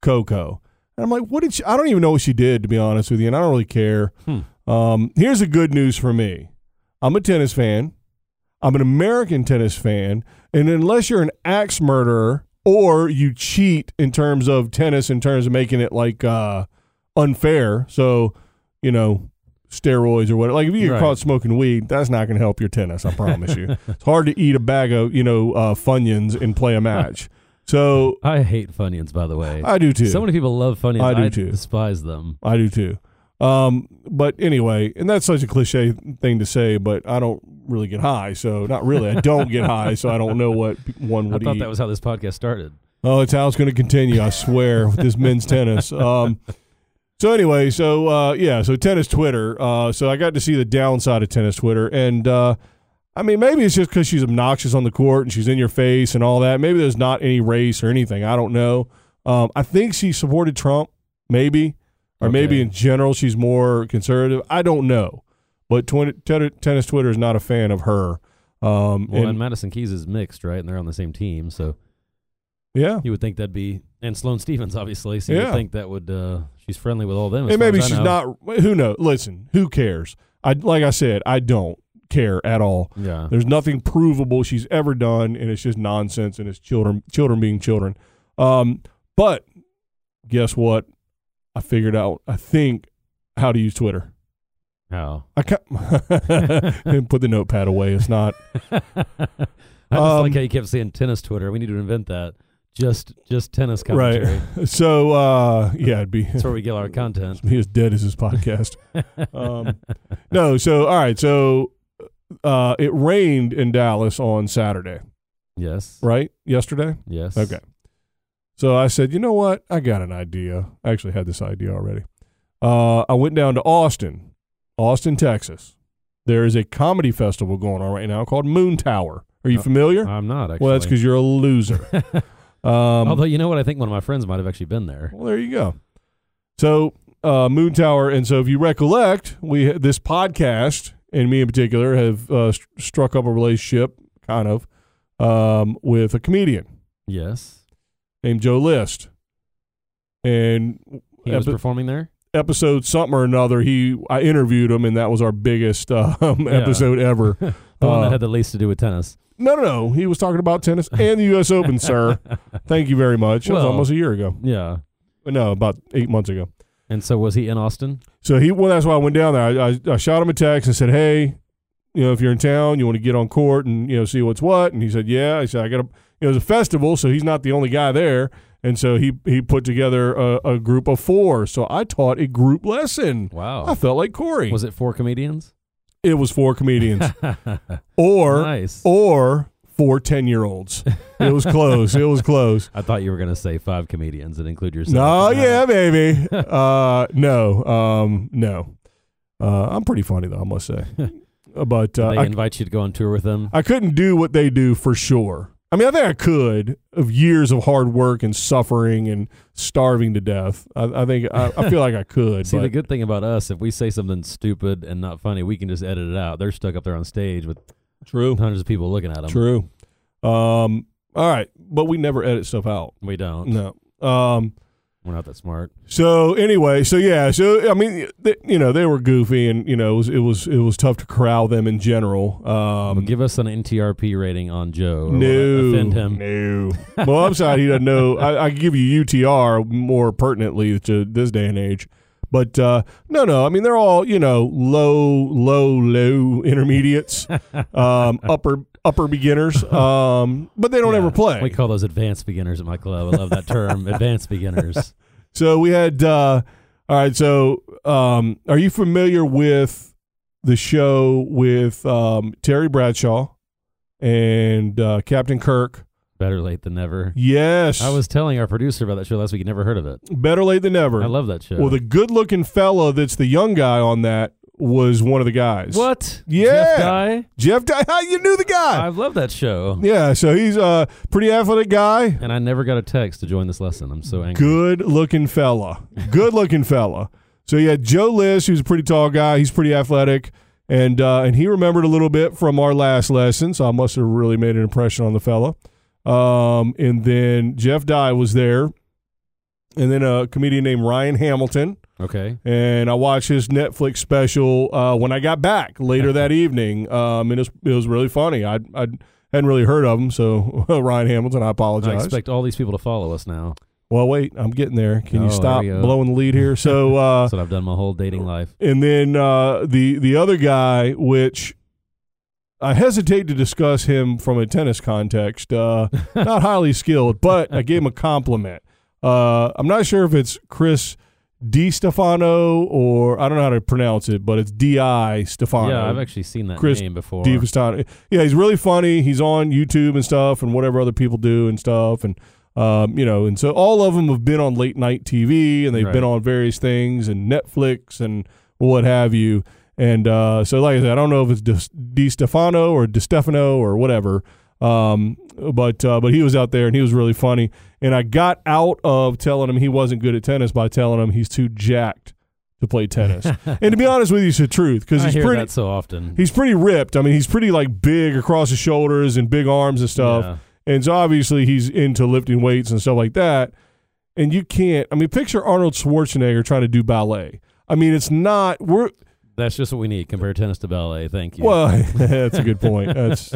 [SPEAKER 2] Coco. And I'm like, what did she? I don't even know what she did to be honest with you, and I don't really care.
[SPEAKER 3] Hmm.
[SPEAKER 2] Um, here's the good news for me. I'm a tennis fan. I'm an American tennis fan, and unless you're an axe murderer or you cheat in terms of tennis, in terms of making it like uh, unfair, so you know steroids or whatever. Like if you get
[SPEAKER 3] Right.
[SPEAKER 2] caught smoking weed, that's not going to help your tennis. I promise you. it's hard to eat a bag of you know uh, funyuns and play a match. So
[SPEAKER 3] I hate Funyuns, by the way.
[SPEAKER 2] I do too.
[SPEAKER 3] So many people love Funyuns.
[SPEAKER 2] I do too.
[SPEAKER 3] Despise them.
[SPEAKER 2] I do too. Um, but anyway, and that's such a cliche thing to say, but I don't really get high, so not really. I don't get high, so I don't know what pe- one would
[SPEAKER 3] I thought
[SPEAKER 2] eat.
[SPEAKER 3] that was how this podcast started.
[SPEAKER 2] Oh, it's how it's going to continue. I swear with this men's tennis. Um, so anyway, so uh, yeah, so tennis Twitter. Uh, so I got to see the downside of tennis Twitter, and uh, I mean, maybe it's just because she's obnoxious on the court and she's in your face and all that. Maybe there's not any race or anything. I don't know. Um, I think she supported Trump, maybe, or maybe
[SPEAKER 3] Okay.
[SPEAKER 2] in general she's more conservative. I don't know, but twin- ten- tennis Twitter is not a fan of her. Um,
[SPEAKER 3] Well, and,
[SPEAKER 2] and-
[SPEAKER 3] Madison Keys is mixed, right? And they're on the same team, so
[SPEAKER 2] yeah,
[SPEAKER 3] you would think that'd be and Sloane Stevens, obviously. So you
[SPEAKER 2] Yeah.
[SPEAKER 3] would think that would uh, she's friendly with all them. as
[SPEAKER 2] And
[SPEAKER 3] far
[SPEAKER 2] maybe
[SPEAKER 3] as I
[SPEAKER 2] she's
[SPEAKER 3] know.
[SPEAKER 2] not. Who knows? Listen, who cares? I like I said, I don't care at all.
[SPEAKER 3] Yeah.
[SPEAKER 2] There's nothing provable she's ever done, and it's just nonsense, and it's children, children being children. Um, but guess what? I figured out. I think how to use Twitter.
[SPEAKER 3] How?
[SPEAKER 2] I can and put the notepad away. It's not.
[SPEAKER 3] I just
[SPEAKER 2] Um,
[SPEAKER 3] like how you kept saying tennis Twitter. We need to invent that. Just just tennis
[SPEAKER 2] Right.
[SPEAKER 3] commentary.
[SPEAKER 2] So uh, yeah, it'd be
[SPEAKER 3] That's where we get our content.
[SPEAKER 2] be as dead as this podcast. Um, no, so all right, so uh, it rained in Dallas on Saturday,
[SPEAKER 3] yes.
[SPEAKER 2] right? Yesterday.
[SPEAKER 3] Yes.
[SPEAKER 2] Okay. So I said, you know what? I got an idea. I actually had this idea already. Uh, I went down to Austin, Austin, Texas. There is a comedy festival going on right now called Moon Tower. Are you
[SPEAKER 3] Uh,
[SPEAKER 2] familiar?
[SPEAKER 3] I'm not actually.
[SPEAKER 2] well, that's because you're a loser. Um,
[SPEAKER 3] Although you know what, I think one of my friends might have actually been there.
[SPEAKER 2] Well, there you go. So, uh, Moon Tower, and so if you recollect, we this podcast and me in particular have uh, st- struck up a relationship, kind of, um, with a comedian
[SPEAKER 3] Yes.
[SPEAKER 2] named Joe List, and
[SPEAKER 3] He was
[SPEAKER 2] epi-
[SPEAKER 3] performing there.
[SPEAKER 2] episode something or another, he I interviewed him, and that was our biggest um, episode ever.
[SPEAKER 3] the one
[SPEAKER 2] Uh,
[SPEAKER 3] that had the least to do with tennis.
[SPEAKER 2] No, no, no, he was talking about tennis and the U.S. Open, sir. Thank you very much. it was
[SPEAKER 3] Well-
[SPEAKER 2] almost a year ago.
[SPEAKER 3] Yeah.
[SPEAKER 2] No, about eight months ago.
[SPEAKER 3] And so was he in Austin?
[SPEAKER 2] So he well, that's why I went down there. I, I, I shot him a text and said, "Hey, you know, if you're in town, you want to get on court and you know see what's what." And he said, "Yeah." I said, "I got a." It was a festival, so he's not the only guy there. And so he he put together a, a group of four. So I taught a group lesson. I
[SPEAKER 3] Wow.
[SPEAKER 2] felt like Corey.
[SPEAKER 3] Was it four comedians?
[SPEAKER 2] it was four comedians or
[SPEAKER 3] nice.
[SPEAKER 2] or four 10 year olds. It was close. it was close.
[SPEAKER 3] I thought you were going to say five comedians and include yourself.
[SPEAKER 2] No,
[SPEAKER 3] Nah.
[SPEAKER 2] yeah, baby. Uh, no, um, no. Uh, I'm pretty funny though, I must say. But uh,
[SPEAKER 3] they
[SPEAKER 2] I,
[SPEAKER 3] invite you to go on tour with them.
[SPEAKER 2] I couldn't do what they do for sure. I mean, I think I could of years of hard work and suffering and starving to death. I, I think I, I feel like I could.
[SPEAKER 3] See,
[SPEAKER 2] but
[SPEAKER 3] the good thing about us, if we say something stupid and not funny, we can just edit it out. They're stuck up there on stage with
[SPEAKER 2] true,
[SPEAKER 3] hundreds of people looking at them.
[SPEAKER 2] true. Um, All right, but we never edit stuff out.
[SPEAKER 3] We don't.
[SPEAKER 2] No. Um.
[SPEAKER 3] We're not that smart.
[SPEAKER 2] So anyway, so yeah, so I mean, th- you know, they were goofy, and you know, it was it was, it was tough to corral them in general. Um,
[SPEAKER 3] Give us an NTRP rating on Joe. or we'll
[SPEAKER 2] no,
[SPEAKER 3] offend him.
[SPEAKER 2] no. well, I'm sorry, he doesn't know. I, I can give you UTR more pertinently to this day and age, but uh, no, no. I mean, they're all you know, low, low, low intermediates, um, upper, upper beginners, um, but they don't
[SPEAKER 3] Yeah.
[SPEAKER 2] ever play.
[SPEAKER 3] We call those advanced beginners at my club. I love that term, advanced beginners.
[SPEAKER 2] So we had uh all right, so um are you familiar with the show with um Terry Bradshaw and uh Captain Kirk?
[SPEAKER 3] Better late than never.
[SPEAKER 2] Yes.
[SPEAKER 3] I was telling our producer about that show last week. He'd never heard of it.
[SPEAKER 2] better late than never.
[SPEAKER 3] I love that show.
[SPEAKER 2] well the good looking fella that's the young guy on that was one of the guys.
[SPEAKER 3] what?
[SPEAKER 2] Yeah. Ah.
[SPEAKER 3] Jeff Dye?
[SPEAKER 2] Jeff Di- you knew the guy.
[SPEAKER 3] I love that show.
[SPEAKER 2] yeah, so he's a pretty athletic guy.
[SPEAKER 3] And I never got a text to join this lesson. I'm so angry.
[SPEAKER 2] Good looking fella. Good looking fella. So you had Joe List, who's a pretty tall guy. He's pretty athletic. And uh, and he remembered a little bit from our last lesson, so I must have really made an impression on the fella. Um, and then Jeff Dye was there, and then a comedian named Ryan Hamilton.
[SPEAKER 3] Okay.
[SPEAKER 2] And I watched his Netflix special uh, when I got back later that evening. Um, and it was, it was really funny. I I hadn't really heard of him, so Ryan Hamilton, I
[SPEAKER 3] I
[SPEAKER 2] apologize.
[SPEAKER 3] expect all these people to follow us now.
[SPEAKER 2] Well, wait, I'm getting there. Can
[SPEAKER 3] Oh,
[SPEAKER 2] you
[SPEAKER 3] there
[SPEAKER 2] stop
[SPEAKER 3] we go.
[SPEAKER 2] blowing the lead here? So, uh,
[SPEAKER 3] That's what I've done my whole dating life.
[SPEAKER 2] and then uh, the the other guy, which I hesitate to discuss him from a tennis context. Uh, not highly skilled, but I gave him a compliment. Uh, I'm not sure if it's Chris Di Stefano or I don't know how to pronounce it, but it's D I Stefano.
[SPEAKER 3] Yeah, I've actually seen that
[SPEAKER 2] Chris
[SPEAKER 3] name before.
[SPEAKER 2] Dave Vistani. Yeah, he's really funny. He's on YouTube and stuff, and whatever other people do and stuff, and um, you know, and so all of them have been on late night TV, and they've
[SPEAKER 3] Right.
[SPEAKER 2] been on various things and Netflix and what have you. And uh, so, like I said, I don't know if it's De, De Stefano or De Stefano or whatever, um, but uh, but he was out there and he was really funny. And I got out of telling him he wasn't good at tennis by telling him he's too jacked to play tennis. and to be honest with you, it's the truth because
[SPEAKER 3] I
[SPEAKER 2] he's
[SPEAKER 3] hear
[SPEAKER 2] pretty.
[SPEAKER 3] that so often.
[SPEAKER 2] He's pretty ripped. I mean, he's pretty like big across his shoulders and big arms and stuff.
[SPEAKER 3] Yeah.
[SPEAKER 2] And so obviously he's into lifting weights and stuff like that. And you can't. I mean, picture Arnold Schwarzenegger trying to do ballet. I mean, it's not. We're
[SPEAKER 3] That's just what we need. Compare tennis to ballet. Thank you.
[SPEAKER 2] well. that's a good point. That's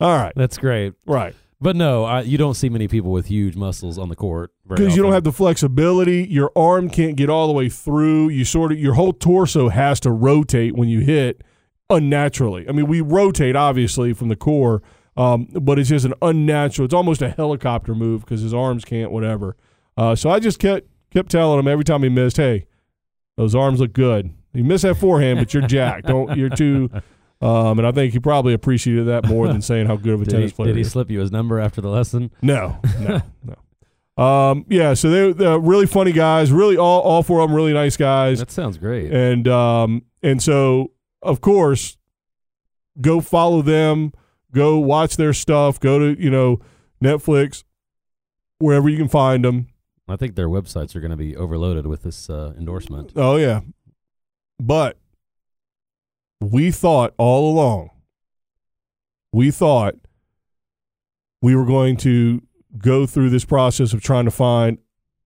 [SPEAKER 2] all right.
[SPEAKER 3] That's great.
[SPEAKER 2] Right.
[SPEAKER 3] But no, I, you don't see many people with huge muscles on the court. very
[SPEAKER 2] Because you don't
[SPEAKER 3] often.
[SPEAKER 2] have the flexibility. Your arm can't get all the way through. You sort of your whole torso has to rotate when you hit unnaturally. I mean, we rotate obviously from the core, um, but it's just an unnatural. It's almost a helicopter move because his arms can't whatever. Uh, so I just kept kept telling him every time he missed, "Hey, those arms look good. You missed that forehand, but you're jacked. Don't you're too." Um, and I think he probably appreciated that more than saying how good of a
[SPEAKER 3] Did
[SPEAKER 2] tennis
[SPEAKER 3] he,
[SPEAKER 2] player.
[SPEAKER 3] did
[SPEAKER 2] he
[SPEAKER 3] he
[SPEAKER 2] is.
[SPEAKER 3] slip you his number after the lesson?
[SPEAKER 2] No, no, no. Um, yeah, so they- they're really funny guys. Really, all all four of them really nice guys.
[SPEAKER 3] That sounds great.
[SPEAKER 2] And um, and so of course, go follow them. Go watch their stuff. Go to you know Netflix, wherever you can find them.
[SPEAKER 3] I think their websites are going to be overloaded with this uh, endorsement.
[SPEAKER 2] Oh yeah, but we thought all along. We thought we were going to go through this process of trying to find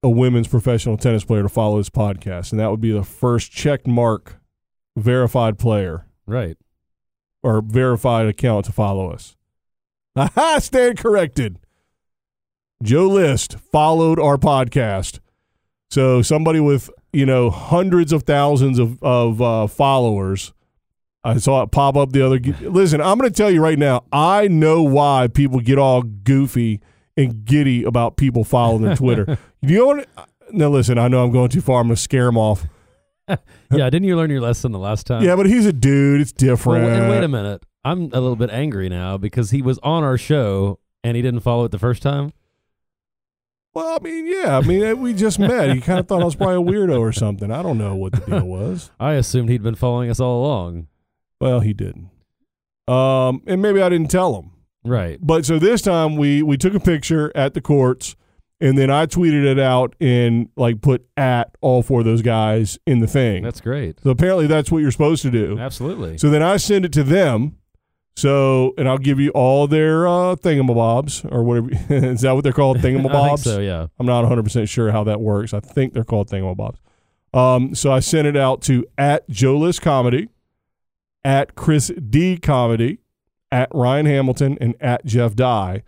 [SPEAKER 2] a women's professional tennis player to follow this podcast, and that would be the first check mark verified player
[SPEAKER 3] Right.
[SPEAKER 2] or verified account to follow us. Aha, stand corrected. Joe List followed our podcast. So somebody with, you know, hundreds of thousands of, of uh, followers. I saw it pop up the other. Listen, I'm going to tell you right now. I know why people get all goofy and giddy about people following their Twitter. you know what? Now listen, I know I'm going too far. I'm going to scare him off.
[SPEAKER 3] Yeah. Didn't you learn your lesson the last time?
[SPEAKER 2] Yeah, but he's a dude. It's
[SPEAKER 3] Uh. Well,
[SPEAKER 2] different.
[SPEAKER 3] and wait a minute. I'm a little bit angry now because he was on our show and he didn't follow it the first time.
[SPEAKER 2] Well, I mean, yeah. I mean, eh, we just met. He kind of thought I was probably a weirdo or something. I don't know what the deal was.
[SPEAKER 3] I assumed he'd been following us all along.
[SPEAKER 2] Well, he didn't. Um, and maybe I didn't tell him.
[SPEAKER 3] Right.
[SPEAKER 2] But so this time we we took a picture at the courts, and then I tweeted it out and like put at all four of those guys in the thing.
[SPEAKER 3] That's great.
[SPEAKER 2] so apparently that's what you're supposed to do.
[SPEAKER 3] Absolutely.
[SPEAKER 2] So then I send it to them. So, and I'll give you all their uh, thingamabobs or whatever. Is that what they're called? Thingamabobs?
[SPEAKER 3] I think so, yeah.
[SPEAKER 2] I'm not 100% sure how that works. I think they're called Thingamabobs. Um, so I sent it out to at Jolis Comedy, at Chris D Comedy, at Ryan Hamilton, and at Jeff Dye.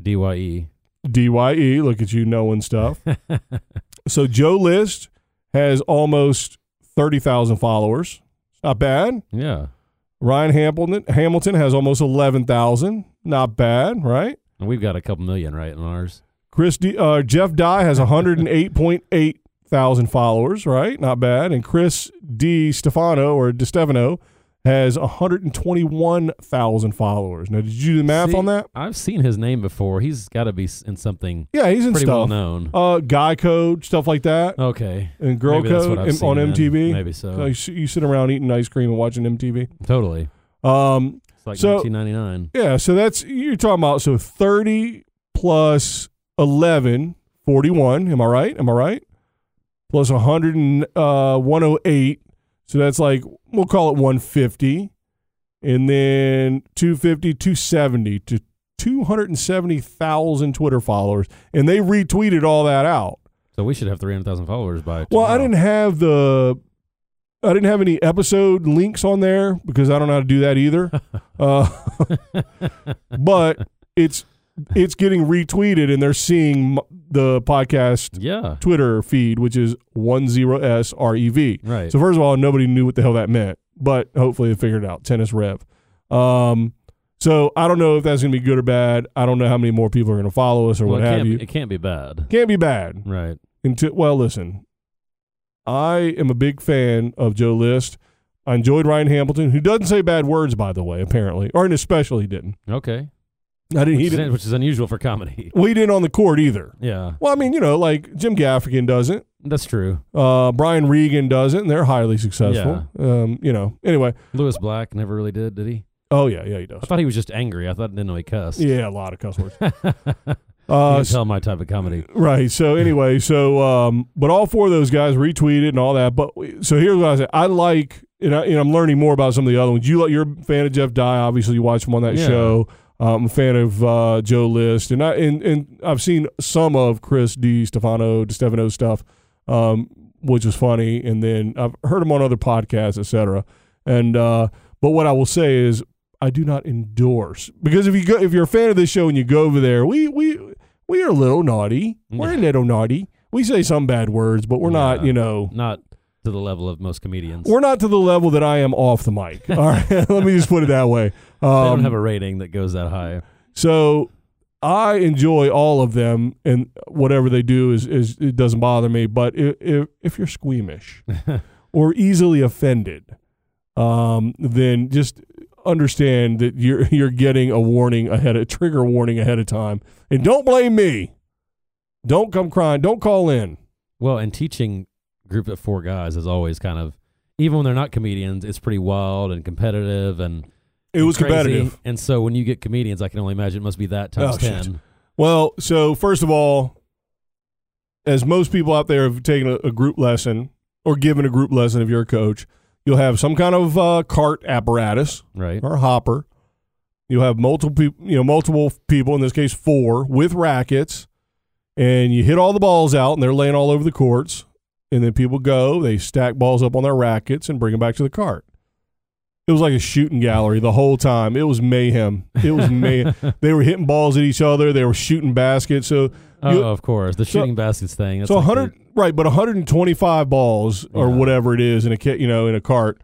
[SPEAKER 3] DYE.
[SPEAKER 2] DYE, look at you knowing stuff. so Joe List has almost 30,000 followers. Not bad.
[SPEAKER 3] yeah.
[SPEAKER 2] Ryan Hamilton Hamilton has almost 11,000. Not bad, right?
[SPEAKER 3] And we've got a couple million, right, in ours.
[SPEAKER 2] Chris D, uh, Jeff Dye has 108.8 thousand followers, right? Not bad. And Chris D Stefano or DeStefano has 121,000 followers. Now, did you do the math
[SPEAKER 3] See,
[SPEAKER 2] on that?
[SPEAKER 3] I've seen his name before. He's got to be s- in something
[SPEAKER 2] Yeah, he's in
[SPEAKER 3] pretty well
[SPEAKER 2] stuff.
[SPEAKER 3] known.
[SPEAKER 2] uh, guy code, stuff like that,
[SPEAKER 3] Okay.
[SPEAKER 2] and girl
[SPEAKER 3] Maybe that's what
[SPEAKER 2] code
[SPEAKER 3] I've
[SPEAKER 2] and-
[SPEAKER 3] seen
[SPEAKER 2] on
[SPEAKER 3] then.
[SPEAKER 2] MTV.
[SPEAKER 3] Maybe so.
[SPEAKER 2] So you, s- you sit around eating ice cream and watching MTV.
[SPEAKER 3] Totally.
[SPEAKER 2] Um,
[SPEAKER 3] It's like
[SPEAKER 2] So-
[SPEAKER 3] 1999.
[SPEAKER 2] yeah, so that's you're talking about so 30 plus 11 41, am I right? Am I right? Plus 100 and, uh 108. So that's like we'll call it 150 and then 250 270 to 270,000 Twitter followers and they retweeted all that out.
[SPEAKER 3] So we should have 300,000 followers by
[SPEAKER 2] Well, I
[SPEAKER 3] tomorrow.
[SPEAKER 2] didn't have the I didn't have any episode links on there because I don't know how to do that either. uh, but it's it's getting retweeted and they're seeing m- the podcast
[SPEAKER 3] Yeah.
[SPEAKER 2] Twitter feed, which is 10srev.
[SPEAKER 3] Right.
[SPEAKER 2] E So first of all, nobody knew what the hell that meant, but hopefully they figured it out. Tennis rev. Um, so I don't know if that's going to be good or bad. I don't know how many more people are going to follow us or
[SPEAKER 3] Well,
[SPEAKER 2] what
[SPEAKER 3] it,
[SPEAKER 2] have
[SPEAKER 3] can't
[SPEAKER 2] you.
[SPEAKER 3] Be, it can't be bad.
[SPEAKER 2] Can't be bad
[SPEAKER 3] Right.
[SPEAKER 2] until well listen i am a big fan of joe list i enjoyed ryan hamilton who doesn't say bad words by the way apparently or in his special he didn't
[SPEAKER 3] Okay.
[SPEAKER 2] i didn't he
[SPEAKER 3] Which is,
[SPEAKER 2] didn't
[SPEAKER 3] which is unusual for comedy.
[SPEAKER 2] we didn't on the court either
[SPEAKER 3] Yeah.
[SPEAKER 2] well i mean you know like jim gaffigan doesn't
[SPEAKER 3] That's true.
[SPEAKER 2] uh, brian regan doesn't and they're highly successful um, you know anyway
[SPEAKER 3] Lewis Black never really did, did he?
[SPEAKER 2] oh yeah yeah he does
[SPEAKER 3] I thought he was just angry. I thought didn't know he cussed.
[SPEAKER 2] yeah a lot of cuss words
[SPEAKER 3] You
[SPEAKER 2] uh,
[SPEAKER 3] can tell my type of comedy.
[SPEAKER 2] Right. So anyway, so um, but all four of those guys retweeted and all that. But we- so here's what I say: I like, and, I, and I'm learning more about some of the other ones. You like, you're a fan of Jeff Dye, obviously. You watch him on that
[SPEAKER 3] Yeah.
[SPEAKER 2] show. I'm a fan of uh, Joe List, and I and, and I've seen some of Chris D. Stefano, Stefano stuff, um, which was funny. And then I've heard him on other podcasts, etc. And uh, but what I will say is, I do not endorse because if you go if you're a fan of this show and you go over there, we we we are a little naughty. We're a little naughty. We say some bad words, but we're not,
[SPEAKER 3] Yeah.
[SPEAKER 2] you know,
[SPEAKER 3] Not to the level of most comedians.
[SPEAKER 2] we're not to the level that I am off the mic. All right, let me just put it that way.
[SPEAKER 3] they
[SPEAKER 2] Um,
[SPEAKER 3] don't have a rating that goes that high.
[SPEAKER 2] so I enjoy all of them, and whatever they do is, is it doesn't bother me. But if if, if you're squeamish or easily offended, um, then just understand that you're you're getting a warning ahead, a trigger warning ahead of time, and don't blame me. Don't come crying. Don't call in.
[SPEAKER 3] Well, and teaching group of four guys is always kind of even when they're not comedians, it's pretty wild and competitive and
[SPEAKER 2] It was
[SPEAKER 3] crazy.
[SPEAKER 2] competitive.
[SPEAKER 3] And so when you get comedians, I can only imagine it must be that times
[SPEAKER 2] Oh,
[SPEAKER 3] ten.
[SPEAKER 2] shit. Well, so first of all, as most people out there have taken a, a group lesson or given a group lesson if you're a coach, you'll have some kind of uh, cart apparatus
[SPEAKER 3] Right.
[SPEAKER 2] or hopper. You'll have multiple people, you know, multiple people in this case four with rackets, and you hit all the balls out, and they're laying all over the courts. And then people go, they stack balls up on their rackets and bring them back to the cart. It was like a shooting gallery the whole time. It was mayhem. It was mayhem. they were hitting balls at each other. They were shooting baskets. So
[SPEAKER 3] Oh,
[SPEAKER 2] You-
[SPEAKER 3] of course. The
[SPEAKER 2] So-
[SPEAKER 3] shooting baskets thing. That's
[SPEAKER 2] so
[SPEAKER 3] like the-
[SPEAKER 2] 100 right, but 125 balls or
[SPEAKER 3] Yeah.
[SPEAKER 2] whatever it is in a kit, you know, in a cart,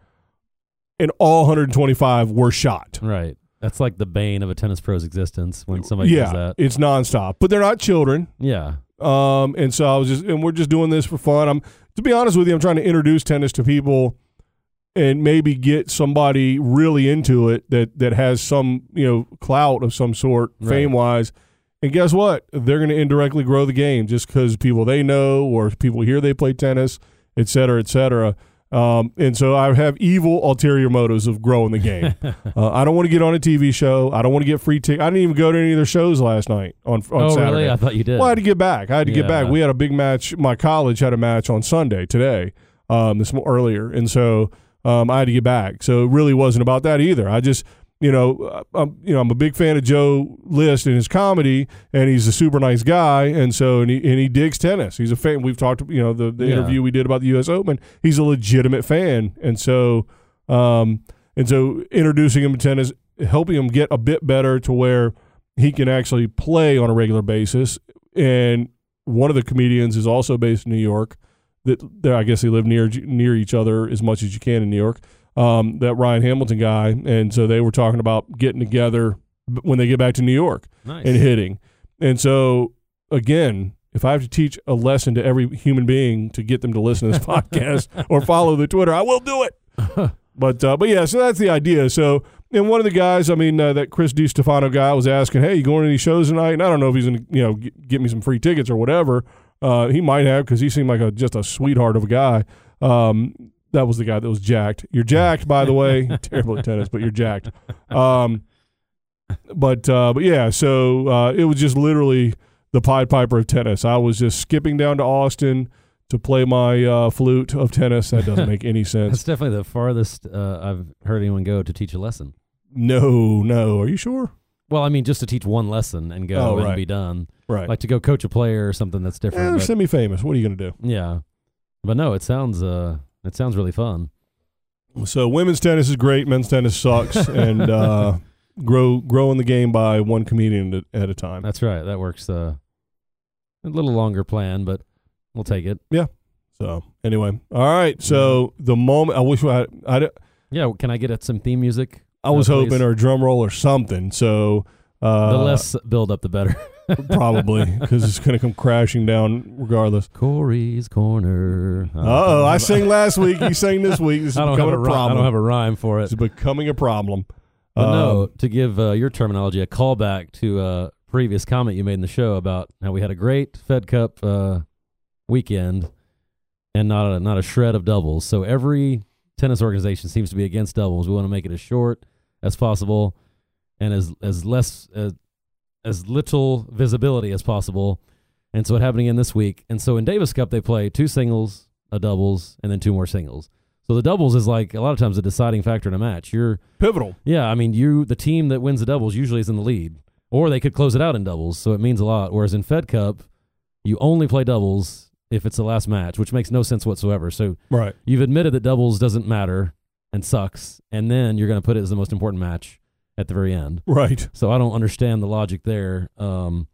[SPEAKER 2] and all 125 were shot.
[SPEAKER 3] Right. That's like the bane of a tennis pro's existence when somebody
[SPEAKER 2] yeah,
[SPEAKER 3] does that.
[SPEAKER 2] it's nonstop. But they're not children.
[SPEAKER 3] Yeah.
[SPEAKER 2] Um, and so I was just, and we're just doing this for fun. I'm, to be honest with you, I'm trying to introduce tennis to people and maybe get somebody really into it that, that has some, you know, clout of some sort,
[SPEAKER 3] Right.
[SPEAKER 2] fame wise. And guess what? They're going to indirectly grow the game just because people they know or people here they play tennis, et cetera, et cetera. Um, and so I have evil ulterior motives of growing the game. uh, I don't want to get on a TV show. I don't want to get free tickets. I didn't even go to any of their shows last night on, on
[SPEAKER 3] oh,
[SPEAKER 2] Saturday.
[SPEAKER 3] really? I thought you did.
[SPEAKER 2] Well, I had to get back. I had to get back.
[SPEAKER 3] Yeah.
[SPEAKER 2] We had a big match. My college had a match on Sunday today, um, this mo- earlier, and so um, I had to get back. So it really wasn't about that either. I just, you know, I'm, you know, I'm a big fan of Joe List and his comedy, and he's a super nice guy, and so and he and he digs tennis. He's a fan. We've talked, you know, the, the
[SPEAKER 3] Yeah.
[SPEAKER 2] interview we did about the U.S. Open. He's a legitimate fan, and so, um, and so introducing him to tennis, helping him get a bit better to where he can actually play on a regular basis. And one of the comedians is also based in New York. That there, I guess they live near near each other as much as you can in New York um, that Ryan Hamilton guy, and so they were talking about getting together b- when they get back to New York
[SPEAKER 3] Nice.
[SPEAKER 2] and hitting. And so again, if I have to teach a lesson to every human being to get them to listen to this podcast or follow the Twitter, I will do it. but uh, but yeah, so that's the idea. So and one of the guys, I mean, uh, that Chris Di Stefano guy was asking, "Hey, you going to any shows tonight?" And I don't know if he's gonna you know get, get me some free tickets or whatever. Uh, he might have because he seemed like a just a sweetheart of a guy. Um, that was the guy that was jacked. You're jacked, by the way. Terrible at tennis, but you're jacked. Um, but uh, but yeah, so uh, it was just literally the Pied Piper of tennis. I was just skipping down to Austin to play my uh, flute of tennis. That doesn't make any
[SPEAKER 3] That's
[SPEAKER 2] sense.
[SPEAKER 3] definitely the farthest uh, I've heard anyone go to teach a lesson.
[SPEAKER 2] No, no. Are you sure?
[SPEAKER 3] Well, I mean, just to teach one lesson and go
[SPEAKER 2] Oh,
[SPEAKER 3] and
[SPEAKER 2] right.
[SPEAKER 3] be done.
[SPEAKER 2] Right.
[SPEAKER 3] Like to go coach a player or something that's
[SPEAKER 2] Eh,
[SPEAKER 3] different. but,
[SPEAKER 2] semi famous. What are you going to do?
[SPEAKER 3] yeah, but no, it sounds uh, it sounds really fun.
[SPEAKER 2] So women's tennis is great. Men's tennis sucks, and uh, grow growing the game by one comedian at- at a time.
[SPEAKER 3] That's right. That works. Uh, a little longer plan, but we'll take it.
[SPEAKER 2] So anyway, all right. So the moment I wish I I,
[SPEAKER 3] Yeah. Can I get at some theme music?
[SPEAKER 2] I was
[SPEAKER 3] Uh, please.
[SPEAKER 2] hoping or a drum roll or something. So uh,
[SPEAKER 3] the less build up, the better.
[SPEAKER 2] probably because it's going to come crashing down regardless.
[SPEAKER 3] Corey's corner. Uh
[SPEAKER 2] Uh oh, I sang last week. You sang this week. This is
[SPEAKER 3] I don't have
[SPEAKER 2] becoming
[SPEAKER 3] a
[SPEAKER 2] a
[SPEAKER 3] rhyme. I don't
[SPEAKER 2] problem.
[SPEAKER 3] have a rhyme for it.
[SPEAKER 2] It's becoming a problem.
[SPEAKER 3] But no,
[SPEAKER 2] Um,
[SPEAKER 3] to give uh, your terminology a callback to a previous comment you made in the show about how we had a great Fed Cup uh, weekend and not a, not a shred of doubles. So every tennis organization seems to be against doubles. We want to make it as short as possible and as as less as, as little visibility as possible. And so it happened again this week. And so in Davis Cup they play two singles, a doubles, and then two more singles. So the doubles is like a lot of times a deciding factor in a match. You're
[SPEAKER 2] pivotal.
[SPEAKER 3] yeah, I mean, you the team that wins the doubles usually is in the lead, or they could close it out in doubles, so it means a lot. Whereas in Fed Cup, you only play doubles if it's the last match, which makes no sense whatsoever. So
[SPEAKER 2] Right.
[SPEAKER 3] you've admitted that doubles doesn't matter and sucks, and then you're going to put it as the most important match at the very end.
[SPEAKER 2] Right.
[SPEAKER 3] So I don't understand the logic there. Um,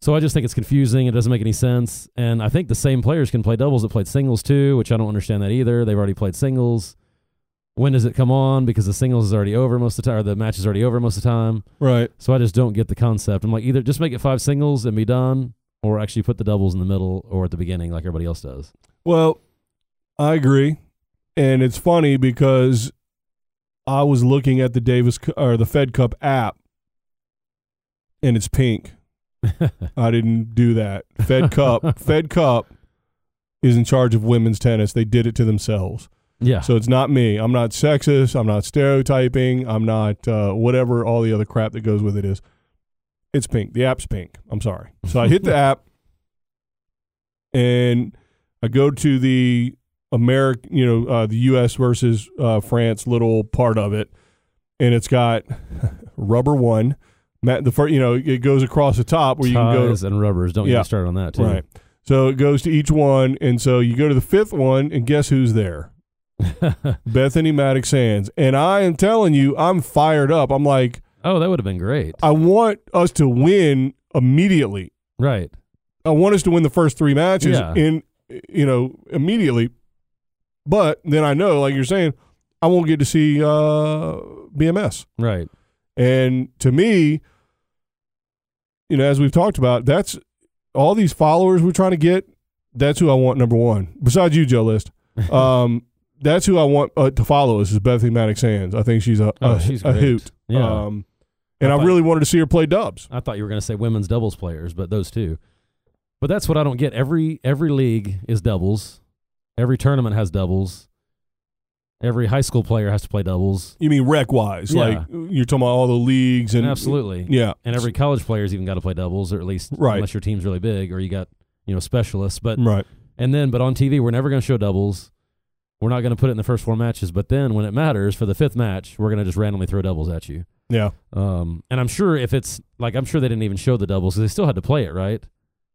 [SPEAKER 3] so I just think it's confusing. It doesn't make any sense. And I think the same players can play doubles that played singles too, which I don't understand that either. They've already played singles. When does it come on? Because the singles is already over most of the time, or the match is already over most of the time.
[SPEAKER 2] Right.
[SPEAKER 3] So I just don't get the concept. I'm like, either just make it five singles and be done, or actually put the doubles in the middle or at the beginning like everybody else does.
[SPEAKER 2] Well, I agree, and it's funny because I was looking at the Davis Cu- or the Fed Cup app, and it's pink. I didn't do that. Fed Cup. Fed Cup is in charge of women's tennis. They did it to themselves.
[SPEAKER 3] yeah.
[SPEAKER 2] So it's not me. I'm not sexist. I'm not stereotyping. I'm not uh, whatever all the other crap that goes with it is. It's pink. The app's pink. I'm sorry. So I hit the app and I go to the American, you know, uh, the U.S. versus uh, France little part of it. And it's got rubber one. Matt, the first, you know, it goes across the top where you can go to
[SPEAKER 3] Ties and rubbers. Don't get
[SPEAKER 2] Yeah.
[SPEAKER 3] me started on that too.
[SPEAKER 2] Right. So it goes to each one, and so you go to the fifth one, and guess who's there? Bethany Maddox Sands. And I am telling you, I'm fired up. I'm like,
[SPEAKER 3] oh, that would have been great.
[SPEAKER 2] I want us to win immediately.
[SPEAKER 3] right.
[SPEAKER 2] I want us to win the first three matches
[SPEAKER 3] Yeah.
[SPEAKER 2] in you know, immediately. But then I know, like you're saying, I won't get to see uh BMS.
[SPEAKER 3] Right.
[SPEAKER 2] And to me, you know, as we've talked about, that's all these followers we're trying to get. That's who I want number one. Besides you, Joe List, um, that's who I want uh, to follow. Us is Bethany Maddox Sands. I think she's a,
[SPEAKER 3] Oh,
[SPEAKER 2] a,
[SPEAKER 3] she's
[SPEAKER 2] a
[SPEAKER 3] great.
[SPEAKER 2] hoot.
[SPEAKER 3] Yeah.
[SPEAKER 2] Um, and
[SPEAKER 3] I
[SPEAKER 2] I
[SPEAKER 3] thought-
[SPEAKER 2] really wanted to see her play dubs.
[SPEAKER 3] I thought you were going to say women's doubles players, but those two. But that's what I don't get. Every every league is doubles. Every tournament has doubles. Every high school player has to play doubles.
[SPEAKER 2] You mean rec wise?
[SPEAKER 3] Yeah.
[SPEAKER 2] Like you're talking about all the leagues and
[SPEAKER 3] Absolutely.
[SPEAKER 2] yeah,
[SPEAKER 3] And every college player's even got to play doubles, or at least
[SPEAKER 2] Right.
[SPEAKER 3] unless your team's really big or you got you know specialists. But
[SPEAKER 2] right,
[SPEAKER 3] and then but on TV we're never going to show doubles. we're not going to put it in the first four matches, but then when it matters for the fifth match, we're going to just randomly throw doubles at you.
[SPEAKER 2] Yeah.
[SPEAKER 3] Um, and I'm sure if it's like I'm sure they didn't even show the doubles, 'cause they still had to play it, right?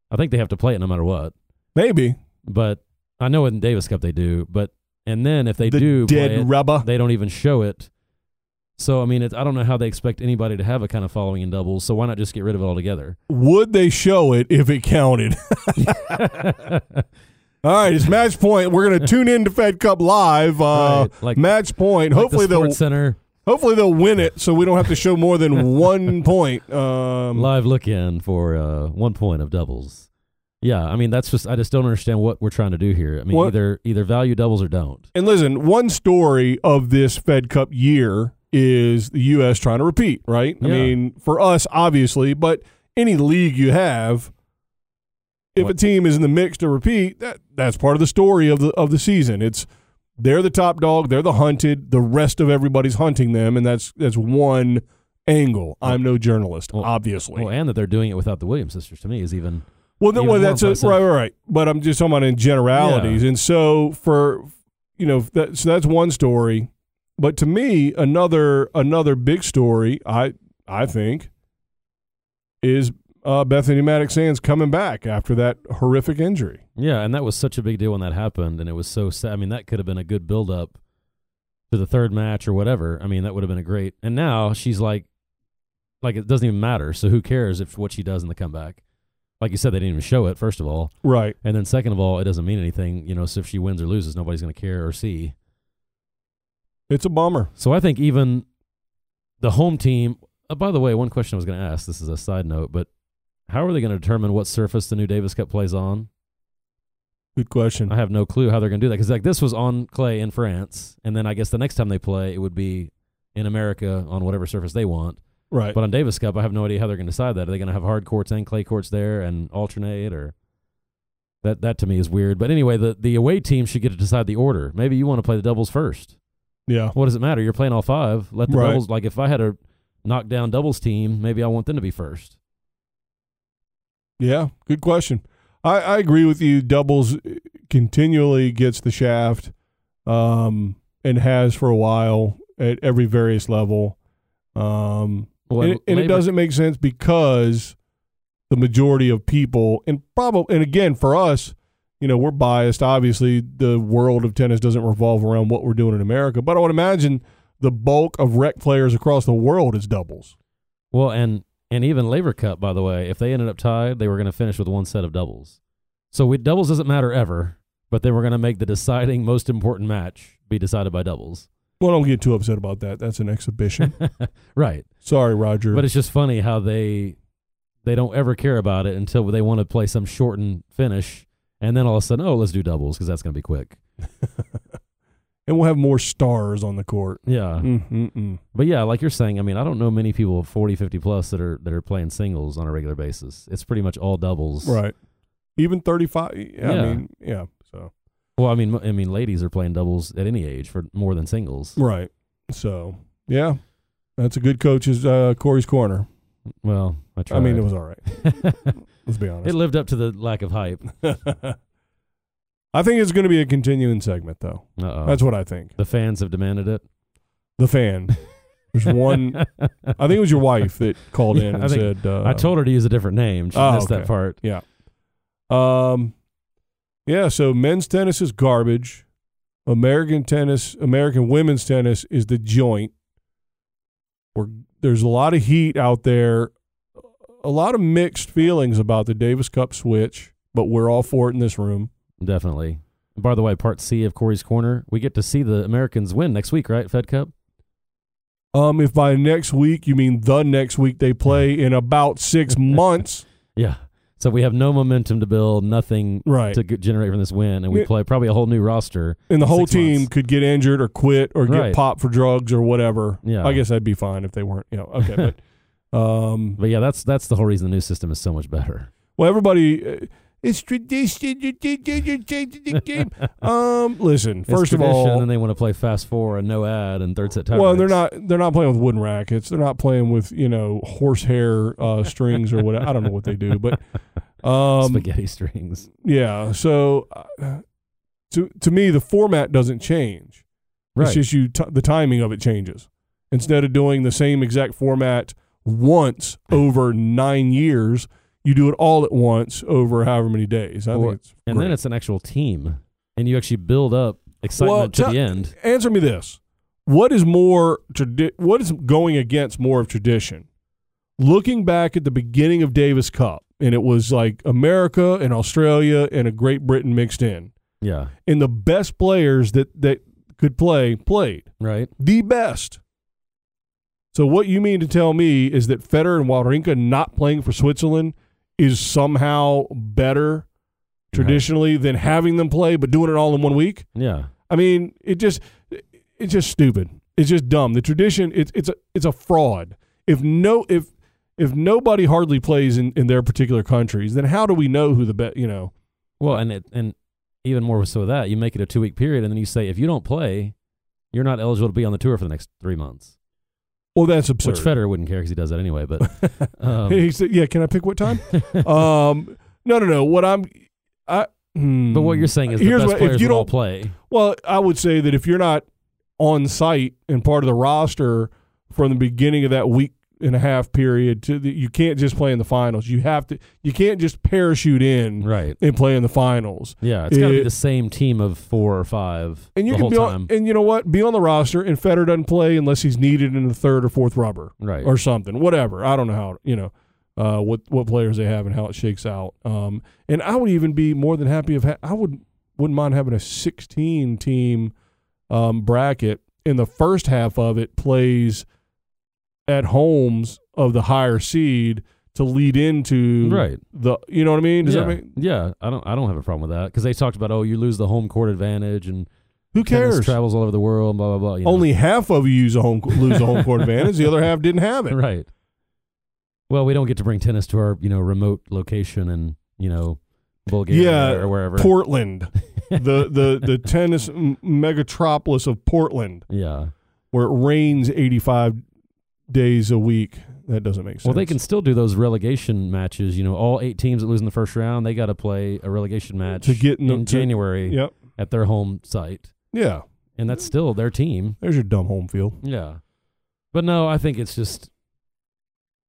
[SPEAKER 3] I think they have to play it no matter what.
[SPEAKER 2] Maybe.
[SPEAKER 3] But I know in Davis Cup they do. But and then if they
[SPEAKER 2] the
[SPEAKER 3] do play
[SPEAKER 2] dead
[SPEAKER 3] it,
[SPEAKER 2] rubber.
[SPEAKER 3] they don't even show it. So I mean, it's, I don't know how they expect anybody to have a kind of following in doubles. So why not just get rid of it altogether?
[SPEAKER 2] Would they show it if it counted? All right, it's match point. We're gonna tune in to Fed Cup live. Uh,
[SPEAKER 3] Right, like-
[SPEAKER 2] match point.
[SPEAKER 3] Like
[SPEAKER 2] hopefully
[SPEAKER 3] the
[SPEAKER 2] they'll
[SPEAKER 3] Sports Center
[SPEAKER 2] hopefully they'll win it, so we don't have to show more than one point. Um,
[SPEAKER 3] live look in for uh, one point of doubles. Yeah, I mean that's just I just don't understand what we're trying to do here. I mean
[SPEAKER 2] What-
[SPEAKER 3] either either value doubles or don't.
[SPEAKER 2] And listen, one story of this Fed Cup year is the U.S. trying to repeat, right? I
[SPEAKER 3] Yeah.
[SPEAKER 2] mean, for us, obviously, but any league you have, if a
[SPEAKER 3] What-
[SPEAKER 2] team is in the mix to repeat, that that's part of the story of the of the season. It's they're the top dog, they're the hunted, the rest of everybody's hunting them, and that's that's one angle. I'm no journalist,
[SPEAKER 3] Well-
[SPEAKER 2] obviously.
[SPEAKER 3] Well, and that they're doing it without the Williams sisters to me is even
[SPEAKER 2] Well, no,
[SPEAKER 3] even
[SPEAKER 2] well
[SPEAKER 3] more
[SPEAKER 2] that's a,
[SPEAKER 3] impressive.
[SPEAKER 2] right, right, right. But I'm just talking about in generalities, and so for you know, that, so that's one story. But to me, another another big story, I I think, is uh, Bethany Maddox Sands coming back after that horrific injury.
[SPEAKER 3] yeah, and that was such a big deal when that happened, and it was so sad. I mean, that could have been a good build up to the third match or whatever. I mean, that would have been a great. And now she's like, like it doesn't even matter. So who cares if what she does in the comeback? Like you said, they didn't even show it. First of all,
[SPEAKER 2] Right.
[SPEAKER 3] And then second of all, it doesn't mean anything, you know, so if she wins or loses, nobody's going to care or see.
[SPEAKER 2] It's a bummer.
[SPEAKER 3] So I think even the home team, uh, by the way, one question I was going to ask, this is a side note, but how are they going to determine what surface the new Davis Cup plays on?
[SPEAKER 2] Good question.
[SPEAKER 3] I have no clue how they're going to do that because like this was on clay in France, and then I guess the next time they play, it would be in America on whatever surface they want.
[SPEAKER 2] right.
[SPEAKER 3] But on Davis Cup, I have no idea how they're going to decide that. Are they going to have hard courts and clay courts there and alternate, or that that to me is weird. But anyway, the the away team should get to decide the order. Maybe you want to play the doubles first.
[SPEAKER 2] yeah.
[SPEAKER 3] What does it matter? You're playing all five. Let the
[SPEAKER 2] Right.
[SPEAKER 3] doubles. Like if I had a knockdown doubles team, maybe I want them to be first.
[SPEAKER 2] Yeah, good question. I, I agree with you. Doubles continually gets the shaft um, and has for a while at every various level. Um,
[SPEAKER 3] Well,
[SPEAKER 2] and, it- and it
[SPEAKER 3] labor-
[SPEAKER 2] doesn't make sense because the majority of people, and probably, and again, for us, you know, we're biased. Obviously, the world of tennis doesn't revolve around what we're doing in America, but I would imagine the bulk of rec players across the world is doubles.
[SPEAKER 3] Well, and and even Labor Cup, by the way, if they ended up tied, they were going to finish with one set of doubles. So we, doubles doesn't matter ever, but they were going to make the deciding most important match be decided by doubles.
[SPEAKER 2] Well, don't get too upset about that. That's an exhibition.
[SPEAKER 3] Right.
[SPEAKER 2] Sorry, Roger.
[SPEAKER 3] But it's just funny how they they don't ever care about it until they want to play some shortened finish, and then all of a sudden, oh, let's do doubles because that's going to be quick.
[SPEAKER 2] and we'll have more stars on the court.
[SPEAKER 3] Yeah,
[SPEAKER 2] Mm-mm-mm.
[SPEAKER 3] but yeah, like you're saying, I mean, I don't know many people 40, 50 plus that are that are playing singles on a regular basis. It's pretty much all doubles.
[SPEAKER 2] Right. Even 35. Yeah, I
[SPEAKER 3] Yeah.
[SPEAKER 2] mean, yeah. So,
[SPEAKER 3] Well, I mean, m- I mean, ladies are playing doubles at any age for more than singles.
[SPEAKER 2] right. So, yeah. That's a good coach's uh, Corey's corner.
[SPEAKER 3] Well, I tried.
[SPEAKER 2] I mean, it was all right. Let's be
[SPEAKER 3] it
[SPEAKER 2] honest.
[SPEAKER 3] lived up to the lack of hype.
[SPEAKER 2] I think it's going to be a continuing segment, though.
[SPEAKER 3] Uh-oh.
[SPEAKER 2] That's what I think.
[SPEAKER 3] the fans have demanded it.
[SPEAKER 2] The fan. There's one. uh, I think it was your wife that called in
[SPEAKER 3] Yeah,
[SPEAKER 2] and
[SPEAKER 3] I think-
[SPEAKER 2] said. Uh,
[SPEAKER 3] I told her to use a different name. She
[SPEAKER 2] Oh,
[SPEAKER 3] missed
[SPEAKER 2] okay.
[SPEAKER 3] that part.
[SPEAKER 2] Um, yeah. So men's tennis is garbage. American tennis, American women's tennis is the joint. We're, there's a lot of heat out there, a lot of mixed feelings about the Davis Cup switch, but we're all for it in this room.
[SPEAKER 3] Definitely. By the way, part C of Corey's Corner, we get to see the Americans win next week, right? Fed Cup.
[SPEAKER 2] Um, if by next week you mean the next week they play in about six months,
[SPEAKER 3] Yeah. So we have no momentum to build, nothing
[SPEAKER 2] right?
[SPEAKER 3] to g- generate from this win, and we
[SPEAKER 2] Yeah.
[SPEAKER 3] play probably a whole new roster.
[SPEAKER 2] And the whole
[SPEAKER 3] six
[SPEAKER 2] team
[SPEAKER 3] months.
[SPEAKER 2] could get injured or quit or get
[SPEAKER 3] Right.
[SPEAKER 2] popped for drugs or whatever.
[SPEAKER 3] Yeah.
[SPEAKER 2] I guess that'd be fine if they weren't. You know, okay, but um,
[SPEAKER 3] But yeah, that's that's the whole reason the new system is so much better.
[SPEAKER 2] well, everybody, uh, it's tradition. You did you did- you did the game. Um, listen,
[SPEAKER 3] It's
[SPEAKER 2] first of
[SPEAKER 3] tradition,
[SPEAKER 2] all,
[SPEAKER 3] and they want to play fast four and no ad and third set tie.
[SPEAKER 2] well,
[SPEAKER 3] breaks.
[SPEAKER 2] they're not they're not playing with wooden rackets. They're not playing with you know horsehair uh, strings or whatever. I don't know what they do, but um,
[SPEAKER 3] spaghetti strings.
[SPEAKER 2] Yeah. So uh, to to me the format doesn't change.
[SPEAKER 3] Right.
[SPEAKER 2] It's just you t- the timing of it changes. Instead of doing the same exact format once over nine years, you do it all at once over however many days. I
[SPEAKER 3] Or-
[SPEAKER 2] think it's
[SPEAKER 3] and
[SPEAKER 2] great.
[SPEAKER 3] then it's an actual team, and you actually build up excitement
[SPEAKER 2] Well,
[SPEAKER 3] to
[SPEAKER 2] tell-
[SPEAKER 3] the end.
[SPEAKER 2] answer me this: What is more tradi- What is going against more of tradition? Looking back at the beginning of Davis Cup, and it was like America and Australia and a Great Britain mixed in,
[SPEAKER 3] Yeah.
[SPEAKER 2] and the best players that that could play played
[SPEAKER 3] Right.
[SPEAKER 2] the best. So what you mean to tell me is that Federer and Wawrinka not playing for Switzerland is somehow better traditionally than having them play but doing it all in one week?
[SPEAKER 3] Yeah.
[SPEAKER 2] I mean, it just it's just stupid. It's just dumb. The tradition it's it's a it's a fraud. If no if if nobody hardly plays in, in their particular countries, then how do we know who the best? You know,
[SPEAKER 3] Well, and it, and even more so that you make it a two week period, and then you say if you don't play, you're not eligible to be on the tour for the next three months.
[SPEAKER 2] well that's absurd.
[SPEAKER 3] Which Federer wouldn't care because he does that anyway. But um,
[SPEAKER 2] he said, "Yeah, can I pick what time?" um, no, no, no. What I'm I. hmm.
[SPEAKER 3] but what you're saying is the
[SPEAKER 2] Here's
[SPEAKER 3] best
[SPEAKER 2] what- if
[SPEAKER 3] players
[SPEAKER 2] you
[SPEAKER 3] would all
[SPEAKER 2] don't-
[SPEAKER 3] play.
[SPEAKER 2] Well, I would say that if you're not on site and part of the roster from the beginning of that week and a half period, to the, you can't just play in the finals. You have to. You can't just parachute in
[SPEAKER 3] Right.
[SPEAKER 2] and play in the finals.
[SPEAKER 3] Yeah. It's got to be
[SPEAKER 2] It-
[SPEAKER 3] the same team of four or five
[SPEAKER 2] And you
[SPEAKER 3] the
[SPEAKER 2] can
[SPEAKER 3] whole
[SPEAKER 2] be
[SPEAKER 3] time.
[SPEAKER 2] on. And you know what? Be on the roster, and Federer doesn't play unless he's needed in the third or fourth rubber.
[SPEAKER 3] right.
[SPEAKER 2] or something, whatever. I don't know how you know uh, what what players they have and how it shakes out. Um, and I would even be more than happy if ha- I would wouldn't mind having a 16 team um, bracket. In the first half of it, plays at homes of the higher seed to lead into
[SPEAKER 3] Right.
[SPEAKER 2] the you know what I mean? Does
[SPEAKER 3] yeah.
[SPEAKER 2] that mean
[SPEAKER 3] yeah, I don't. I don't have a problem with that because they talked about oh, you lose the home court advantage and
[SPEAKER 2] who
[SPEAKER 3] tennis
[SPEAKER 2] cares?
[SPEAKER 3] travels all over the world, and blah blah blah. you know.
[SPEAKER 2] Only half of you use a home lose a home court advantage. The other half didn't have it.
[SPEAKER 3] right. Well, we don't get to bring tennis to our you know remote location and you know Bulgaria
[SPEAKER 2] Yeah,
[SPEAKER 3] or wherever.
[SPEAKER 2] Portland, the the the tennis m- megatropolis of Portland.
[SPEAKER 3] yeah.
[SPEAKER 2] where it rains 85 days a week. That doesn't make sense.
[SPEAKER 3] Well, they can still do those relegation matches. You know, all eight teams that lose in the first round, they got to play a relegation match
[SPEAKER 2] To get in
[SPEAKER 3] in,
[SPEAKER 2] the- to-
[SPEAKER 3] January
[SPEAKER 2] Yep.
[SPEAKER 3] at their home site,
[SPEAKER 2] Yeah.
[SPEAKER 3] and that's still their team.
[SPEAKER 2] There's your dumb home field.
[SPEAKER 3] Yeah. But no, I think it's just.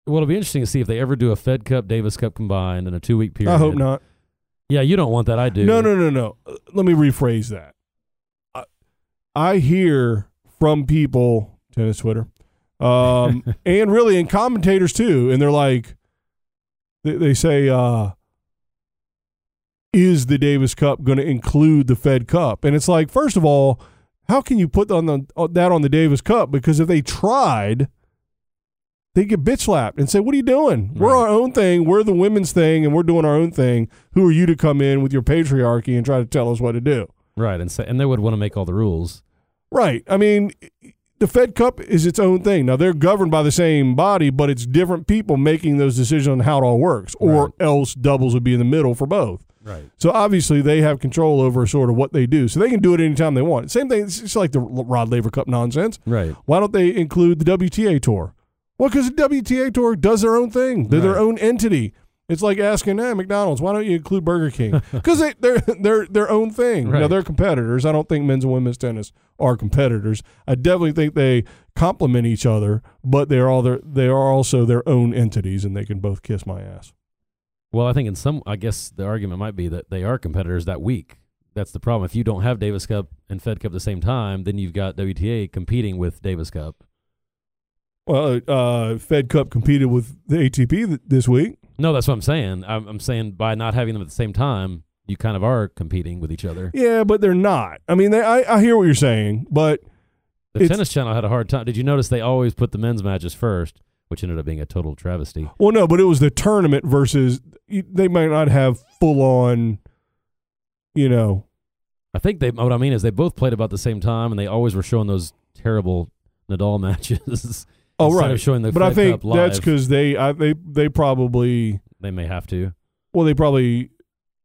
[SPEAKER 3] Well, it'll be interesting to see if they ever do a Fed Cup, Davis Cup combined in a two week period.
[SPEAKER 2] I hope not.
[SPEAKER 3] Yeah, you don't want that. I do.
[SPEAKER 2] No, no, no, no. Uh, Let me rephrase that. I, I hear from people, tennis Twitter, um, and really, and commentators too, and they're like, they, they say, uh, is the Davis Cup going to include the Fed Cup? And it's like, first of all, how can you put on the, on that on the Davis Cup? Because if they tried, they get bitch slapped and say, "What are you doing? We're
[SPEAKER 3] Right.
[SPEAKER 2] our own thing. We're the women's thing, and we're doing our own thing. Who are you to come in with your patriarchy and try to tell us what to do?"
[SPEAKER 3] Right, and say, and they would want to make all the rules.
[SPEAKER 2] Right. I mean, the Fed Cup is its own thing. Now they're governed by the same body, but it's different people making those decisions on how it all works, or
[SPEAKER 3] Right.
[SPEAKER 2] else doubles would be in the middle for both.
[SPEAKER 3] Right.
[SPEAKER 2] So obviously they have control over sort of what they do. So they can do it anytime they want. Same thing. It's just like the Rod Laver Cup nonsense.
[SPEAKER 3] Right.
[SPEAKER 2] Why don't they include the WTA tour? Well, because the WTA tour does their own thing. They're their
[SPEAKER 3] Right.
[SPEAKER 2] own entity. It's like asking, "Hey, McDonald's, why don't you include Burger King?" Because they, they're they're their own thing. Now
[SPEAKER 3] Right.
[SPEAKER 2] they're competitors. I don't think men's and women's tennis are competitors. I definitely think they complement each other, but they're all their they are also their own entities, and they can both kiss my ass.
[SPEAKER 3] Well, I think in some, I guess the argument might be that they are competitors that week. That's the problem. If you don't have Davis Cup and Fed Cup at the same time, then you've got WTA competing with Davis Cup.
[SPEAKER 2] Well, uh, Fed Cup competed with the ATP th- this week.
[SPEAKER 3] No, that's what I'm saying. I'm, I'm saying by not having them at the same time, you kind of are competing with each other.
[SPEAKER 2] Yeah, but they're not. I mean, they, I I hear what you're saying, but
[SPEAKER 3] The
[SPEAKER 2] It's-
[SPEAKER 3] Tennis Channel had a hard time. Did you notice they always put the men's matches first, which ended up being a total travesty?
[SPEAKER 2] Well, no, but it was the tournament versus you- they might not have full on, you know,
[SPEAKER 3] I think they. What I mean is they both played about the same time, and they always were showing those terrible Nadal matches.
[SPEAKER 2] oh
[SPEAKER 3] Instead
[SPEAKER 2] right.
[SPEAKER 3] of showing the
[SPEAKER 2] but I
[SPEAKER 3] Fed
[SPEAKER 2] think
[SPEAKER 3] Cup live,
[SPEAKER 2] that's because they I, they they probably
[SPEAKER 3] they may have to.
[SPEAKER 2] well they probably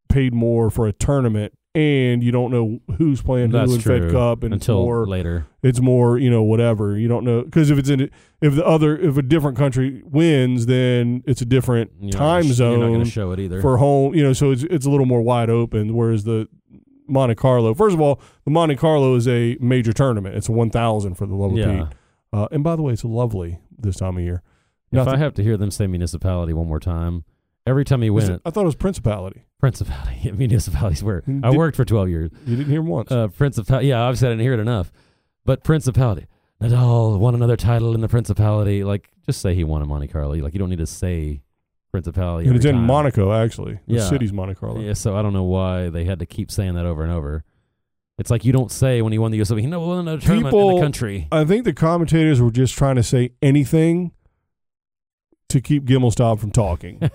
[SPEAKER 2] paid more for a tournament and you don't know who's playing
[SPEAKER 3] That's
[SPEAKER 2] who in Fed
[SPEAKER 3] true.
[SPEAKER 2] Cup and it's
[SPEAKER 3] until
[SPEAKER 2] more
[SPEAKER 3] later.
[SPEAKER 2] it's more you know whatever you don't know because if it's in if the other if a different country wins then it's a different
[SPEAKER 3] You're not
[SPEAKER 2] time
[SPEAKER 3] gonna sh- You're not going
[SPEAKER 2] zone
[SPEAKER 3] to show it either.
[SPEAKER 2] for home you know so it's it's a little more wide open whereas the Monte Carlo. First of all, the Monte Carlo is a major tournament. It's 1,000 for the love of
[SPEAKER 3] yeah.
[SPEAKER 2] Pete. Uh, and by the way, it's lovely this time of year.
[SPEAKER 3] If I
[SPEAKER 2] Nothing-
[SPEAKER 3] have to hear them say municipality one more time, every time you
[SPEAKER 2] Is
[SPEAKER 3] win
[SPEAKER 2] it- I thought it was Principality.
[SPEAKER 3] principality, municipalities where I
[SPEAKER 2] Mm, Did-
[SPEAKER 3] worked for 12 years.
[SPEAKER 2] You didn't hear once.
[SPEAKER 3] Uh, principality, yeah, obviously I didn't hear it enough. But principality, Nadal won another title in the principality. Like, just say he won in Monte Carlo. Like, you don't need to say principality.
[SPEAKER 2] and it's
[SPEAKER 3] every
[SPEAKER 2] in
[SPEAKER 3] time.
[SPEAKER 2] Monaco, actually. The
[SPEAKER 3] Yeah.
[SPEAKER 2] city's Monte Carlo.
[SPEAKER 3] Yeah, so I don't know why they had to keep saying that over and over. It's like you don't say when he won the US Open, he never won another tournament in
[SPEAKER 2] People-
[SPEAKER 3] the country.
[SPEAKER 2] I think the commentators were just trying to say anything to keep Gimelstob from talking.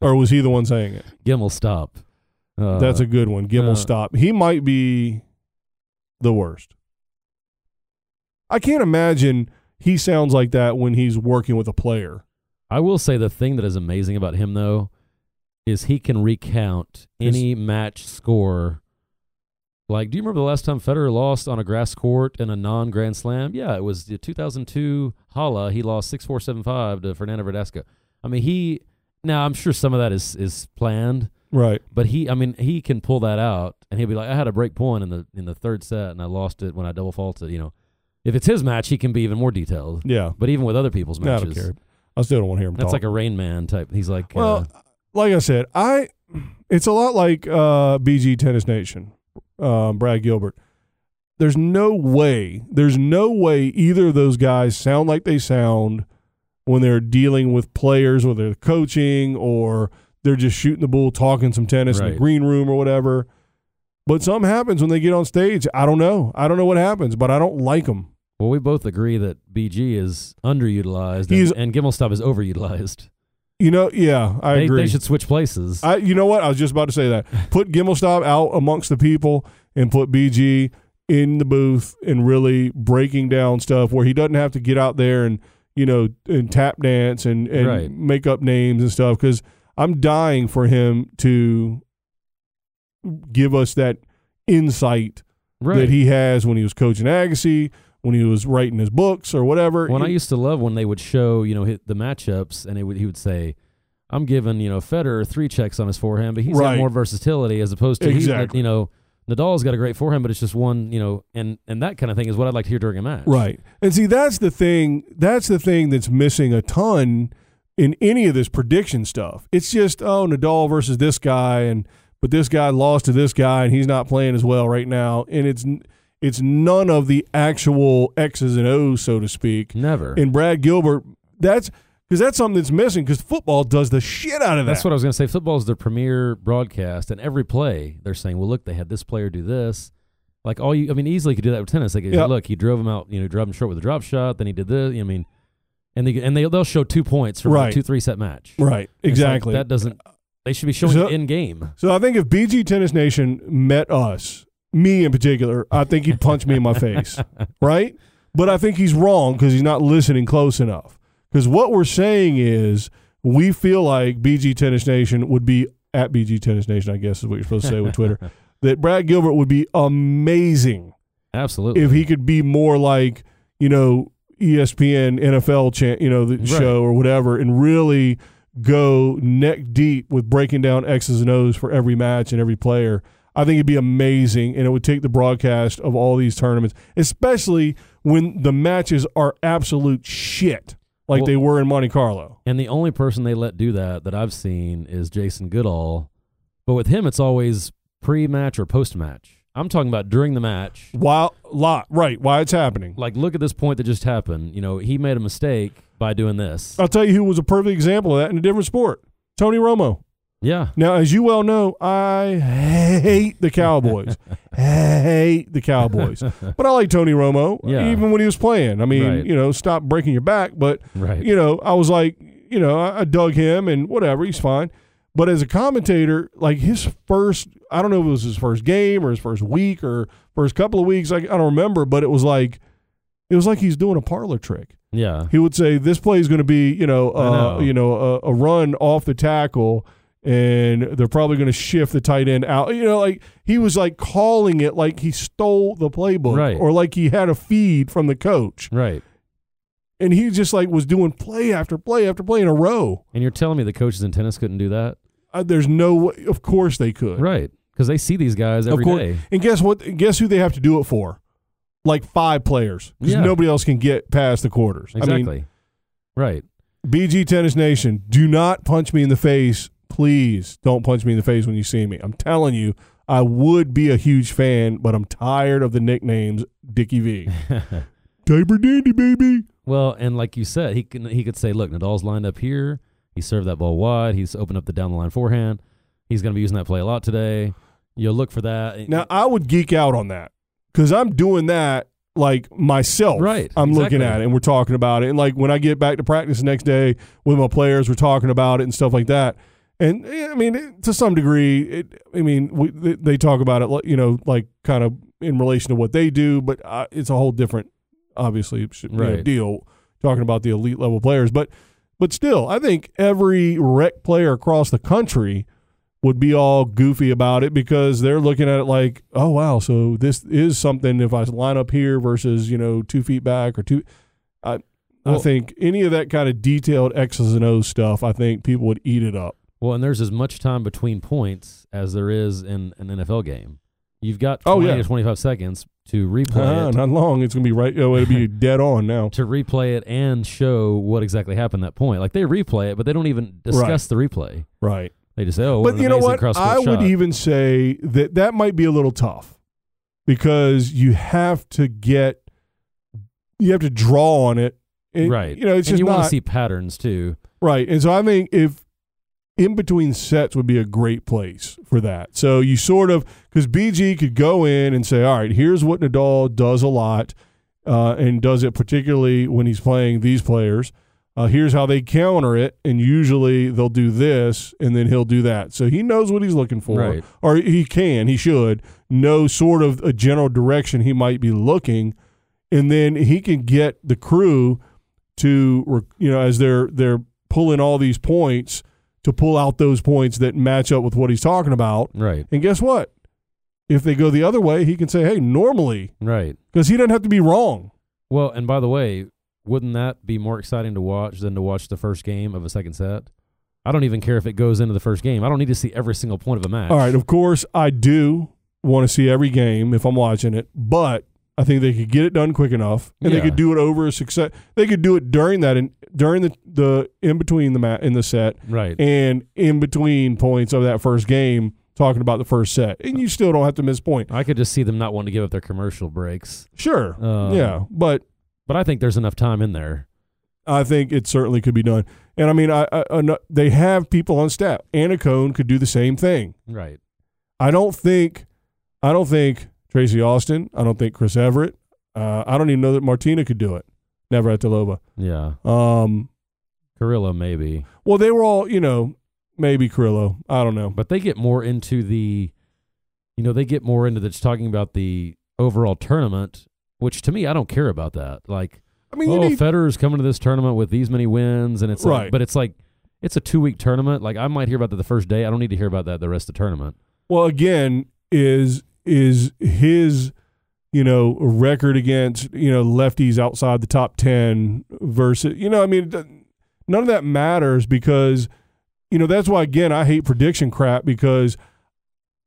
[SPEAKER 2] or was he the one saying it?
[SPEAKER 3] Gimmel, stop. Uh,
[SPEAKER 2] That's a good one. Gimmel
[SPEAKER 3] uh,
[SPEAKER 2] stop. He might be the worst. I can't imagine he sounds like that when he's working with a player.
[SPEAKER 3] I will say the thing that is amazing about him though is he can recount any match score. Like, do you remember the last time Federer lost on a grass court in a non-Grand Slam? Yeah, it was the 2002 Hala. He lost six four seven five to Fernando Verdasco. I mean, he. Now I'm sure some of that is is planned,
[SPEAKER 2] Right.
[SPEAKER 3] but he. I mean, he can pull that out, and he'll be like, "I had a break point in the in the third set, and I lost it when I double faulted." You know, if it's his match, he can be even more detailed.
[SPEAKER 2] Yeah.
[SPEAKER 3] But even with other people's
[SPEAKER 2] No, I
[SPEAKER 3] matches,
[SPEAKER 2] don't care. I still don't want to hear him
[SPEAKER 3] that's
[SPEAKER 2] talk.
[SPEAKER 3] like a Rain Man type. He's like, uh,
[SPEAKER 2] Well, like I said, I it's a lot like uh, BG Tennis Nation, um, Brad Gilbert. There's no way, there's no way either of those guys sound like they sound when they're dealing with players, whether they're coaching or they're just shooting the bull, talking some tennis in the
[SPEAKER 3] Right.
[SPEAKER 2] green room or whatever. But something happens when they get on stage. I don't know. I don't know what happens, but I don't like them.
[SPEAKER 3] well, we both agree that BG is underutilized
[SPEAKER 2] He's-
[SPEAKER 3] and, and Gimelstob is overutilized.
[SPEAKER 2] You know, yeah, I
[SPEAKER 3] they,
[SPEAKER 2] agree.
[SPEAKER 3] they should switch places.
[SPEAKER 2] I, you know what? I was just about to say that. Put Gimelstob out amongst the people and put BG in the booth and really breaking down stuff where he doesn't have to get out there and you know and tap dance and and
[SPEAKER 3] Right.
[SPEAKER 2] make up names and stuff because I'm dying for him to give us that insight
[SPEAKER 3] right.
[SPEAKER 2] that he has when he was coaching Agassi, when he was writing his books or whatever.
[SPEAKER 3] when I used to love when they would show, you know, hit the matchups and it would, he would say, I'm giving, you know, Federer three checks on his forehand, but he's
[SPEAKER 2] Right.
[SPEAKER 3] got more versatility as opposed to, he-
[SPEAKER 2] Exactly.
[SPEAKER 3] you know, Nadal's got a great forehand, but it's just one, you know, and, and that kind of thing is what I'd like to hear during a match.
[SPEAKER 2] Right. And see that's the thing that's the thing that's missing a ton in any of this prediction stuff. It's just oh Nadal versus this guy and but this guy lost to this guy and he's not playing as well right now and it's n- it's none of the actual X's and O's so to speak.
[SPEAKER 3] Never.
[SPEAKER 2] And Brad Gilbert that's cuz that's something that's missing cuz football does the shit out of that.
[SPEAKER 3] That's what I was going to say. Football is their premier broadcast, and every play they're saying, "Well, look, they had this player do this." Like all you, I mean, easily could do that with tennis. Like,
[SPEAKER 2] Yeah.
[SPEAKER 3] look, he drove him out, you know, drove him short with a drop shot. Then he did this. I mean, and they and they they'll show two points from
[SPEAKER 2] Right.
[SPEAKER 3] a two three set match.
[SPEAKER 2] right.
[SPEAKER 3] It's like,
[SPEAKER 2] Exactly.
[SPEAKER 3] that doesn't. They should be showing
[SPEAKER 2] So-
[SPEAKER 3] it in game.
[SPEAKER 2] So I think if BG Tennis Nation met us, me in particular, I think he'd punch me in my face, right? But I think he's wrong because he's not listening close enough. Because what we're saying is we feel like BG Tennis Nation would be at BG Tennis Nation, I guess is what you're supposed to say with Twitter, that Brad Gilbert would be amazing
[SPEAKER 3] Absolutely.
[SPEAKER 2] if he could be more like, you know, E ESPN NFL cha- you know, the
[SPEAKER 3] Right.
[SPEAKER 2] show or whatever and really go neck deep with breaking down X's and O's for every match and every player. I think it'd be amazing and it would take the broadcast of all these tournaments, especially when the matches are absolute shit like
[SPEAKER 3] Well-
[SPEAKER 2] they were in Monte Carlo.
[SPEAKER 3] and the only person they let do that that I've seen is Jason Goodall, but with him, it's always pre-match or post-match. I'm talking about during the match.
[SPEAKER 2] Why lot right, why it's happening.
[SPEAKER 3] like look at this point that just happened. You know, he made a mistake by doing this.
[SPEAKER 2] I'll tell you who was a perfect example of that in a different sport. Tony Romo.
[SPEAKER 3] yeah.
[SPEAKER 2] Now, as you well know, I hate the Cowboys. hate the Cowboys. But I like Tony Romo,
[SPEAKER 3] Yeah.
[SPEAKER 2] even when he was playing. I mean,
[SPEAKER 3] Right.
[SPEAKER 2] you know, stop breaking your back. But,
[SPEAKER 3] Right.
[SPEAKER 2] you know, I was like, you know, I, I dug him and whatever, he's fine. But as a commentator, like his first, I don't know if it was his first game or his first week or first couple of weeks, like, I don't remember, but it was like, it was like he's doing a parlor trick
[SPEAKER 3] yeah.
[SPEAKER 2] he would say this play is going to be you know,
[SPEAKER 3] I
[SPEAKER 2] uh,
[SPEAKER 3] know.
[SPEAKER 2] you know a, a run off the tackle and they're probably going to shift the tight end out you know like he was like calling it like he stole the playbook
[SPEAKER 3] Right.
[SPEAKER 2] or like he had a feed from the coach
[SPEAKER 3] Right.
[SPEAKER 2] and he just like was doing play after play after play in a row
[SPEAKER 3] And you're telling me the coaches in tennis couldn't do that?
[SPEAKER 2] uh, there's no way of course they could
[SPEAKER 3] Right. because they see these guys
[SPEAKER 2] Of
[SPEAKER 3] every day.
[SPEAKER 2] course. And guess what? Guess who they have to do it for? Like five players, because
[SPEAKER 3] Yeah.
[SPEAKER 2] nobody else can get past the quarters. I
[SPEAKER 3] Exactly.
[SPEAKER 2] mean,
[SPEAKER 3] right.
[SPEAKER 2] BG Tennis Nation, do not punch me in the face. Please don't punch me in the face when you see me. I'm telling you, I would be a huge fan, but I'm tired of the nicknames Dickie V. Diaper Dandy, baby.
[SPEAKER 3] well, and like you said, he can he could say, look, Nadal's lined up here. He served that ball wide. He's opened up the down the line forehand. He's going to be using that play a lot today. You'll look for that.
[SPEAKER 2] Now, I would geek out on that because I'm doing that like myself.
[SPEAKER 3] Right,
[SPEAKER 2] I'm looking
[SPEAKER 3] exactly.
[SPEAKER 2] at it and we're talking about it. And like when I get back to practice the next day with my players, we're talking about it and stuff like that. And eh, I mean, it- to some degree, it, I mean, we, they they talk about it, like, you know, like kind of in relation to what they do, but uh, it's a whole different, obviously, it should be a
[SPEAKER 3] Right.
[SPEAKER 2] deal talking about the elite level players. But, but still, I think every rec player across the country would be all goofy about it because they're looking at it like, oh wow, so this is something. If I line up here versus you know two feet back or two, I I
[SPEAKER 3] Well-
[SPEAKER 2] think any of that kind of detailed X's and O's stuff, I think people would eat it up.
[SPEAKER 3] Well, and there's as much time between points as there is in an NFL game. You've got 20
[SPEAKER 2] Oh, yeah.
[SPEAKER 3] to 25 seconds to
[SPEAKER 2] Ah,
[SPEAKER 3] replay it,
[SPEAKER 2] not long. It's gonna be right. Oh, it'll be dead on now.
[SPEAKER 3] to replay it and show what exactly happened at that point. Like they replay it, but they don't even discuss the replay.
[SPEAKER 2] Right.
[SPEAKER 3] They just say, "Oh, what
[SPEAKER 2] but
[SPEAKER 3] an
[SPEAKER 2] you know
[SPEAKER 3] amazing
[SPEAKER 2] what?
[SPEAKER 3] cross court
[SPEAKER 2] I would
[SPEAKER 3] shot.
[SPEAKER 2] even say that that might be a little tough because you have to get you have to draw on it. And,
[SPEAKER 3] right?
[SPEAKER 2] You know, it's
[SPEAKER 3] and
[SPEAKER 2] just
[SPEAKER 3] you want
[SPEAKER 2] not
[SPEAKER 3] to see patterns too.
[SPEAKER 2] Right. And so I think if in between sets would be a great place for that. So you sort of, because BG could go in and say, all right, here's what Nadal does a lot uh, and does it particularly when he's playing these players. Uh, here's how they counter it. And usually they'll do this and then he'll do that. So he knows what he's looking for.
[SPEAKER 3] Right.
[SPEAKER 2] Or he can, he should know sort of a general direction he might be looking. And then he can get the crew to re- you know as they're they're pulling all these points to pull out those points that match up with what he's talking about.
[SPEAKER 3] Right,
[SPEAKER 2] And guess what? If they go the other way, he can say, "Hey, normally,"
[SPEAKER 3] right.
[SPEAKER 2] because he doesn't have to be wrong.
[SPEAKER 3] Well, and by the way, wouldn't that be more exciting to watch than to watch the first game of a second set? I don't even care if it goes into the first game. I don't need to see every single point of a match.
[SPEAKER 2] All right, of course, I do want to see every game if I'm watching it, but I think they could get it done quick enough, and they
[SPEAKER 3] Yeah.
[SPEAKER 2] could do it over a success. They could do it during that and during the the in between the mat in the set
[SPEAKER 3] right.
[SPEAKER 2] and in between points of that first game, talking about the first set, and you still don't have to miss point.
[SPEAKER 3] I could just see them not wanting to give up their commercial breaks.
[SPEAKER 2] Sure.
[SPEAKER 3] Um,
[SPEAKER 2] yeah, but
[SPEAKER 3] But I think there's enough time in there.
[SPEAKER 2] I think it certainly could be done. And I mean, I, I, I know- they have people on staff. Anna Cohn could do the same thing.
[SPEAKER 3] Right.
[SPEAKER 2] I don't think, I don't think Tracy Austin. I don't think Chris Everett. Uh, I don't even know that Martina could do it. Never at Delova.
[SPEAKER 3] Yeah.
[SPEAKER 2] Um,
[SPEAKER 3] Carrillo maybe.
[SPEAKER 2] well, they were all, you know, maybe Carrillo. I don't know.
[SPEAKER 3] But they get more into the you know, they get more into just talking about the overall tournament, which to me I don't care about that. Like
[SPEAKER 2] I mean, you
[SPEAKER 3] oh,
[SPEAKER 2] need,
[SPEAKER 3] Federer's coming to this tournament with these many wins, and it's like-
[SPEAKER 2] Right.
[SPEAKER 3] but it's like it's a two week tournament. Like I might hear about that the first day. I don't need to hear about that the rest of the tournament.
[SPEAKER 2] well, again, is is his, you know, record against you know lefties outside the top ten versus you know, I mean, it doesn't- none of that matters because you know that's why again I hate prediction crap because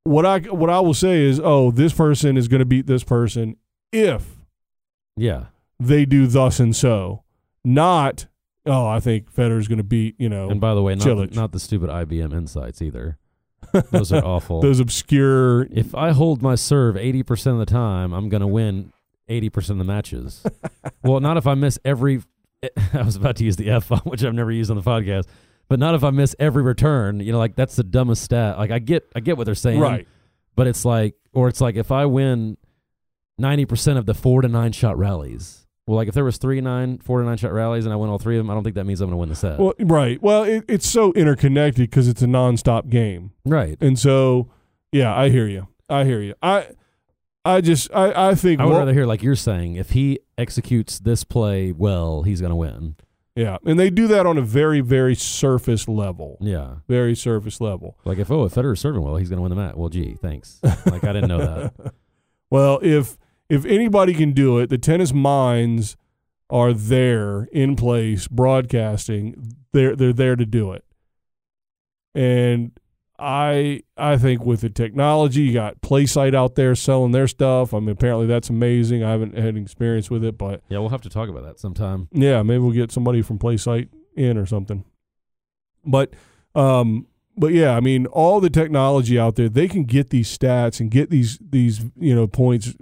[SPEAKER 2] what I what I will say is oh this person is going to beat this person if
[SPEAKER 3] Yeah,
[SPEAKER 2] they do thus and so, not oh I think Federer's going to beat you know
[SPEAKER 3] and by the way, not the,
[SPEAKER 2] Chilich.
[SPEAKER 3] not the stupid IBM insights either. Those are awful.
[SPEAKER 2] those obscure
[SPEAKER 3] if I hold my serve eighty percent of the time, I'm gonna win eighty percent of the matches. well, not if I miss every. I was about to use the F bomb, which I've never used on the podcast, but not if I miss every return. You know, like that's the dumbest stat. Like I get, I get what they're saying,
[SPEAKER 2] right
[SPEAKER 3] but it's like or it's like if I win ninety percent of the four to nine shot rallies. Well, like if there was three nine, four to nine shot rallies, and I win all three of them, I don't think that means I'm going to win the set.
[SPEAKER 2] Well, right. Well, it, it's so interconnected because it's a nonstop game,
[SPEAKER 3] right.
[SPEAKER 2] and so yeah, I hear you. I hear you. I, I just I I think
[SPEAKER 3] I would
[SPEAKER 2] well-
[SPEAKER 3] rather hear like you're saying if he executes this play well, he's going to win.
[SPEAKER 2] yeah, and they do that on a very very surface level,
[SPEAKER 3] Yeah.
[SPEAKER 2] very surface level.
[SPEAKER 3] Like if oh if Federer's serving well, he's going to win the match. Well, gee, thanks. Like I didn't know that.
[SPEAKER 2] Well, if if anybody can do it, the tennis minds are there in place broadcasting. They're they're there to do it. And I I think with the technology, you got PlaySite out there selling their stuff. I mean, apparently that's amazing. I haven't had experience with it, but
[SPEAKER 3] Yeah, we'll have to talk about that sometime.
[SPEAKER 2] yeah, maybe we'll get somebody from PlaySite in or something. But um but yeah, I mean, all the technology out there, they can get these stats and get these these you know points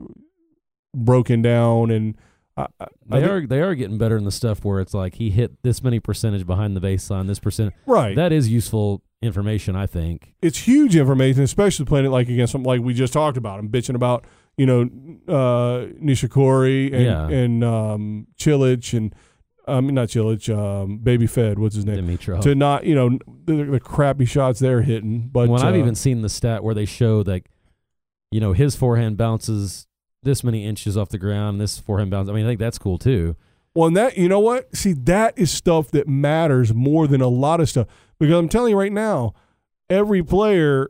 [SPEAKER 2] broken down, and I, I- I
[SPEAKER 3] They
[SPEAKER 2] think-
[SPEAKER 3] are they are getting better in the stuff where it's like he hit this many percentage behind the baseline, this percent.
[SPEAKER 2] right.
[SPEAKER 3] That is useful information, I think.
[SPEAKER 2] it's huge information, especially playing it like against something like we just talked about. I'm bitching about you know uh, Nishikori and
[SPEAKER 3] Yeah.
[SPEAKER 2] and um, Chilich and I mean not Chilich, um, Baby Fed, what's his name?
[SPEAKER 3] Dimitrov.
[SPEAKER 2] To not you know the, the crappy shots they're hitting, but
[SPEAKER 3] when I've
[SPEAKER 2] uh,
[SPEAKER 3] even seen the stat where they show like, you know, his forehand bounces this many inches off the ground, this forehand bounce. I mean, I think that's cool too.
[SPEAKER 2] Well, and that you know what? See, that is stuff that matters more than a lot of stuff because I'm telling you right now, every player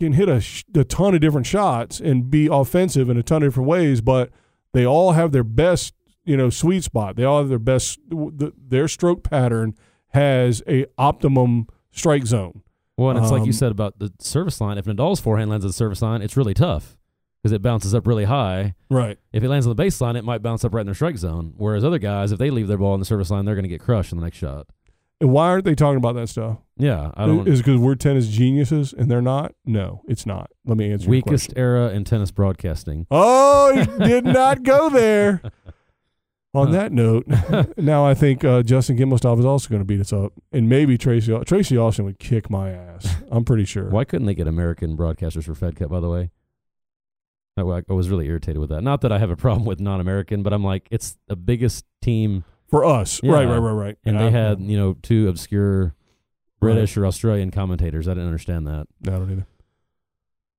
[SPEAKER 2] can hit a, sh- a ton of different shots and be offensive in a ton of different ways, but they all have their best, you know, sweet spot. They all have their best. w- th their stroke pattern has a optimum strike zone.
[SPEAKER 3] Well, and it's like
[SPEAKER 2] Um,
[SPEAKER 3] you said about the service line. If Nadal's forehand lands at the service line, it's really tough because it bounces up really high.
[SPEAKER 2] Right.
[SPEAKER 3] If it lands on the baseline, it might bounce up right in their strike zone. Whereas other guys, if they leave their ball in the service line, they're going to get crushed in the next shot.
[SPEAKER 2] And why aren't they talking about that stuff?
[SPEAKER 3] Yeah, I don't.
[SPEAKER 2] Is because we're tennis geniuses and they're not? No, it's not. Let me answer. your
[SPEAKER 3] Weakest
[SPEAKER 2] question.
[SPEAKER 3] era in tennis broadcasting.
[SPEAKER 2] Oh, he did not go there. On that note, now I think uh, Justin Gimelstob is also going to beat us up, and maybe Tracy Au- Tracy Austin would kick my ass. I'm pretty sure.
[SPEAKER 3] Why couldn't they get American broadcasters for Fed Cup, by the way? I wa- I was really irritated with that. Not that I have a problem with non American, but I'm like, it's the biggest team.
[SPEAKER 2] For us, right,
[SPEAKER 3] Yeah.
[SPEAKER 2] right, right, right.
[SPEAKER 3] And
[SPEAKER 2] I-
[SPEAKER 3] they had, you know, two obscure British or Australian commentators. I didn't understand that.
[SPEAKER 2] No, I don't either.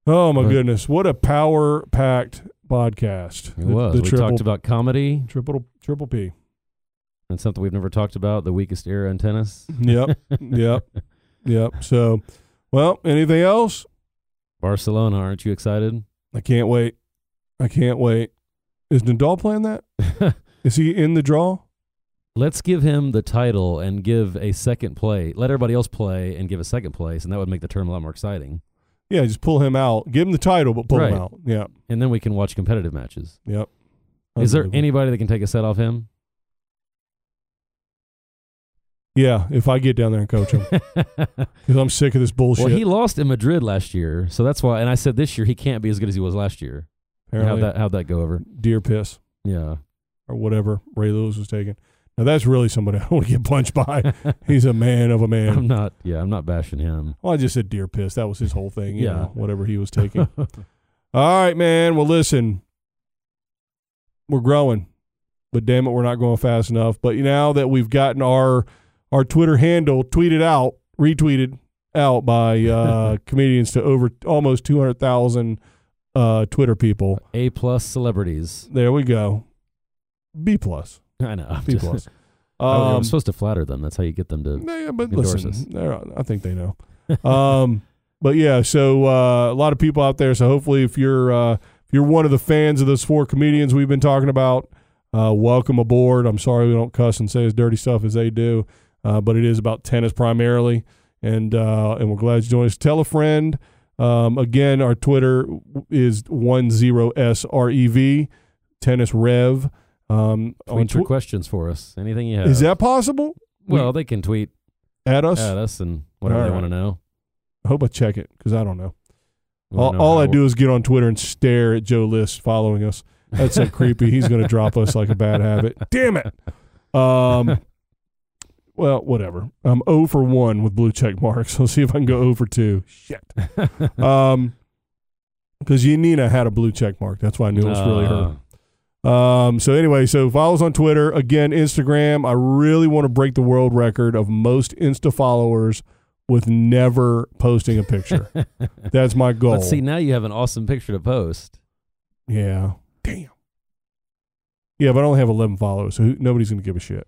[SPEAKER 2] Oh my
[SPEAKER 3] But-
[SPEAKER 2] goodness, what a power packed podcast!
[SPEAKER 3] It was. we
[SPEAKER 2] triple,
[SPEAKER 3] talked about comedy
[SPEAKER 2] triple triple P.
[SPEAKER 3] and something we've never talked about the weakest era in tennis.
[SPEAKER 2] Yep, yep, yep. So, well, anything else?
[SPEAKER 3] Barcelona, aren't you excited?
[SPEAKER 2] I can't wait. I can't wait. Is Nadal playing that? Is he in the draw?
[SPEAKER 3] Let's give him the title and give a second play. Let everybody else play and give a second place, and that would make the term a lot more exciting.
[SPEAKER 2] Yeah, just pull him out. Give him the title, but pull
[SPEAKER 3] Right.
[SPEAKER 2] him out. Yeah,
[SPEAKER 3] And then we can watch competitive matches.
[SPEAKER 2] yep.
[SPEAKER 3] Is there
[SPEAKER 2] Unbelievable.
[SPEAKER 3] anybody that can take a set off him?
[SPEAKER 2] Yeah, if I get down there and coach him,
[SPEAKER 3] well,
[SPEAKER 2] because I'm sick of this bullshit.
[SPEAKER 3] he lost in Madrid last year, so that's why. And I said this year he can't be as good as he was last year. And How'd
[SPEAKER 2] Apparently,
[SPEAKER 3] that how'd that go over?
[SPEAKER 2] deer piss
[SPEAKER 3] Yeah,
[SPEAKER 2] or whatever Ray Lewis was taking. Now that's really somebody I don't want to get punched by. He's a man of a
[SPEAKER 3] I'm
[SPEAKER 2] man.
[SPEAKER 3] not. Yeah, I'm not bashing him.
[SPEAKER 2] Well, I just said deer piss. That was his whole thing. You
[SPEAKER 3] Yeah.
[SPEAKER 2] know, whatever he was taking. All right, man. Well, listen, we're growing, but damn it, we're not going fast enough. But now that we've gotten our our Twitter handle tweeted out, retweeted out by uh, comedians to over almost two hundred thousand uh, Twitter people,
[SPEAKER 3] a plus celebrities.
[SPEAKER 2] there we go. B plus,
[SPEAKER 3] I know. I'm
[SPEAKER 2] B
[SPEAKER 3] just-
[SPEAKER 2] plus.
[SPEAKER 3] I
[SPEAKER 2] Um,
[SPEAKER 3] was supposed to flatter them. That's how you get them to.
[SPEAKER 2] yeah, but
[SPEAKER 3] endorse
[SPEAKER 2] listen,
[SPEAKER 3] us.
[SPEAKER 2] they're- I think they know. um, but yeah, so uh, a lot of people out there. So hopefully, if you're uh, if you're one of the fans of those four comedians we've been talking about, uh, welcome aboard. I'm sorry we don't cuss and say as dirty stuff as they do, uh, but it is about tennis primarily, and uh, and we're glad you joined us. Tell a friend. Um, again, our Twitter is one zero s r e v tennis rev. Um, on
[SPEAKER 3] Tweet your
[SPEAKER 2] Twi-
[SPEAKER 3] questions for us. Anything you have.
[SPEAKER 2] is that possible?
[SPEAKER 3] well, they can tweet
[SPEAKER 2] At us,
[SPEAKER 3] at us and whatever
[SPEAKER 2] All
[SPEAKER 3] they
[SPEAKER 2] right.
[SPEAKER 3] want to know.
[SPEAKER 2] I hope I check it because I don't know.
[SPEAKER 3] Wanna
[SPEAKER 2] All,
[SPEAKER 3] know
[SPEAKER 2] all
[SPEAKER 3] how
[SPEAKER 2] I
[SPEAKER 3] we're-
[SPEAKER 2] do is get on Twitter and stare at Joe List following us. That's so creepy. He's going to drop us like a bad habit. Damn it. Um, well, whatever. I'm 0 for 1 with blue check marks. Let's see if I can go 0 for 2. Shit. Um, because Yanina had a blue check mark. That's why I knew it was really her.
[SPEAKER 3] Uh,
[SPEAKER 2] Um, so anyway, so follow us on Twitter again, Instagram. I really want to break the world record of most Insta followers with never posting a picture. That's my goal.
[SPEAKER 3] Let's see. Now you have an awesome picture to post.
[SPEAKER 2] Yeah. Damn. Yeah, but I only have 11 followers, so who, nobody's going to give a shit.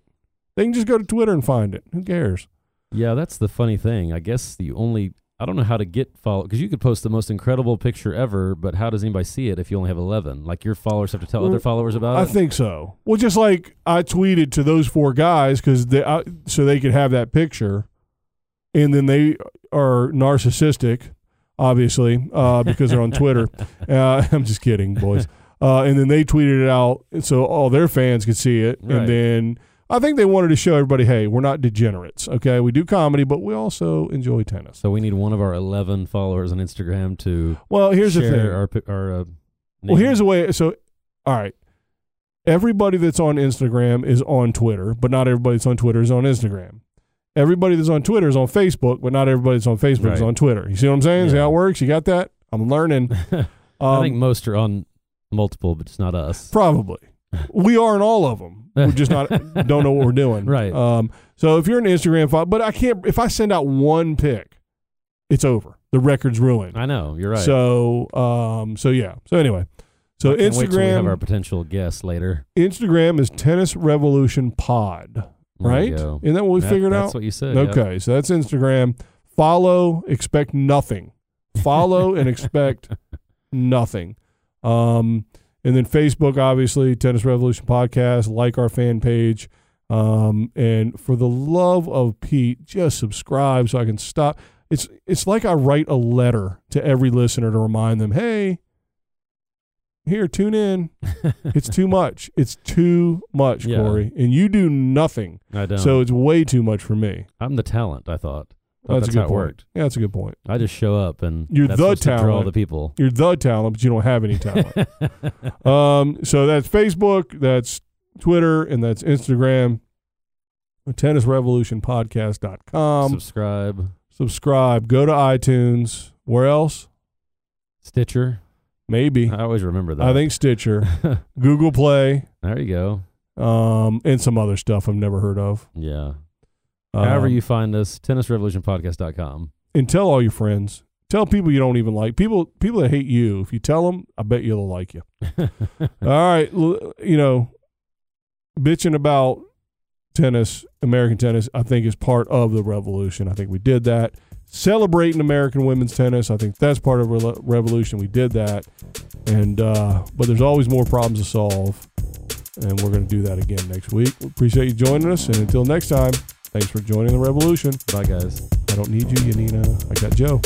[SPEAKER 2] They can just go to Twitter and find it. Who cares?
[SPEAKER 3] Yeah, that's the funny thing. I guess the only I don't know how to get follow because you could post the most incredible picture ever, but how does anybody see it if you only have eleven? Like your followers have to tell
[SPEAKER 2] Well,
[SPEAKER 3] other followers about
[SPEAKER 2] I
[SPEAKER 3] it.
[SPEAKER 2] think so. Well, just like I tweeted to those four guys because they I, so they could have that picture, and then they are narcissistic, obviously, uh, because they're on Twitter. Uh, I'm just kidding, boys. Uh, and then they tweeted it out so all their fans could see it.
[SPEAKER 3] Right.
[SPEAKER 2] And then I think they wanted to show everybody, hey, we're not degenerates. Okay, we do comedy, but we also enjoy tennis.
[SPEAKER 3] So we need one of our 11 followers on Instagram to
[SPEAKER 2] Well, here's
[SPEAKER 3] share
[SPEAKER 2] the thing.
[SPEAKER 3] our pi- our. Uh,
[SPEAKER 2] Well, here's a way. So, all right. Everybody that's on Instagram is on Twitter, but not everybody that's on Twitter is on Instagram. Everybody that's on Twitter is on Facebook, but not everybody that's on Facebook is
[SPEAKER 3] Right.
[SPEAKER 2] on Twitter. You see what I'm saying? See
[SPEAKER 3] Yeah.
[SPEAKER 2] how it works? You got that? I'm learning.
[SPEAKER 3] name. I
[SPEAKER 2] Um,
[SPEAKER 3] think most are on multiple, but it's not us.
[SPEAKER 2] probably. We are in all of them. We just not don't know what we're doing.
[SPEAKER 3] Right.
[SPEAKER 2] Um, so if you're an Instagram file, but I can't. If I send out one pic, it's over. The record's ruined.
[SPEAKER 3] I know you're right.
[SPEAKER 2] So, um, so yeah. So anyway, so
[SPEAKER 3] I can't wait till we have
[SPEAKER 2] Instagram.
[SPEAKER 3] our potential guest later.
[SPEAKER 2] Instagram is Tennis Revolution Pod,
[SPEAKER 3] There you
[SPEAKER 2] right?
[SPEAKER 3] go.
[SPEAKER 2] Isn't that what we
[SPEAKER 3] That-
[SPEAKER 2] figured
[SPEAKER 3] that's
[SPEAKER 2] out?
[SPEAKER 3] what you said. yeah.
[SPEAKER 2] okay, so that's Instagram. Follow, expect nothing. Follow and expect nothing. Um, and then Facebook, obviously, Tennis Revolution Podcast. Like our fan page. Um, and for the love of Pete, just subscribe so I can stop. It's it's like I write a letter to every listener to remind them, hey, here, tune in. It's too much. It's too much,
[SPEAKER 3] Yeah.
[SPEAKER 2] Corey. And you do nothing.
[SPEAKER 3] I don't.
[SPEAKER 2] So
[SPEAKER 3] So
[SPEAKER 2] it's way too much for me.
[SPEAKER 3] I'm the talent. I thought. Thought
[SPEAKER 2] That's, a good
[SPEAKER 3] Oh, how it
[SPEAKER 2] point.
[SPEAKER 3] worked.
[SPEAKER 2] Yeah, that's a good point.
[SPEAKER 3] I just show up and
[SPEAKER 2] You're
[SPEAKER 3] that's
[SPEAKER 2] the
[SPEAKER 3] supposed to draw
[SPEAKER 2] talent.
[SPEAKER 3] the people.
[SPEAKER 2] You're the talent, but you don't have any talent. um, so that's Facebook, that's Twitter, and that's Instagram. TennisRevolutionPodcast.com.
[SPEAKER 3] Subscribe.
[SPEAKER 2] Subscribe. Go to iTunes. Where else?
[SPEAKER 3] Stitcher.
[SPEAKER 2] Maybe.
[SPEAKER 3] I always remember that.
[SPEAKER 2] I think Stitcher,
[SPEAKER 3] think.
[SPEAKER 2] Google Play,
[SPEAKER 3] there you go.
[SPEAKER 2] um, and some other stuff I've never heard of.
[SPEAKER 3] Yeah. However
[SPEAKER 2] Um,
[SPEAKER 3] you find us, tennisrevolutionpodcast.com.
[SPEAKER 2] and tell all your friends. Tell people you don't even like. People people that hate you. If you tell them, I bet you they'll like you. all right, l- you know, bitching about tennis, American tennis, I think is part of the revolution. I think we did that. Celebrating American women's tennis, I think that's part of re- revolution. We did that, and uh, but there's always more problems to solve, and we're going to do that again next week. We appreciate you joining us, and until next time, thanks for joining the revolution.
[SPEAKER 3] Bye, guys.
[SPEAKER 2] I don't need you, Yanina. I got Joe.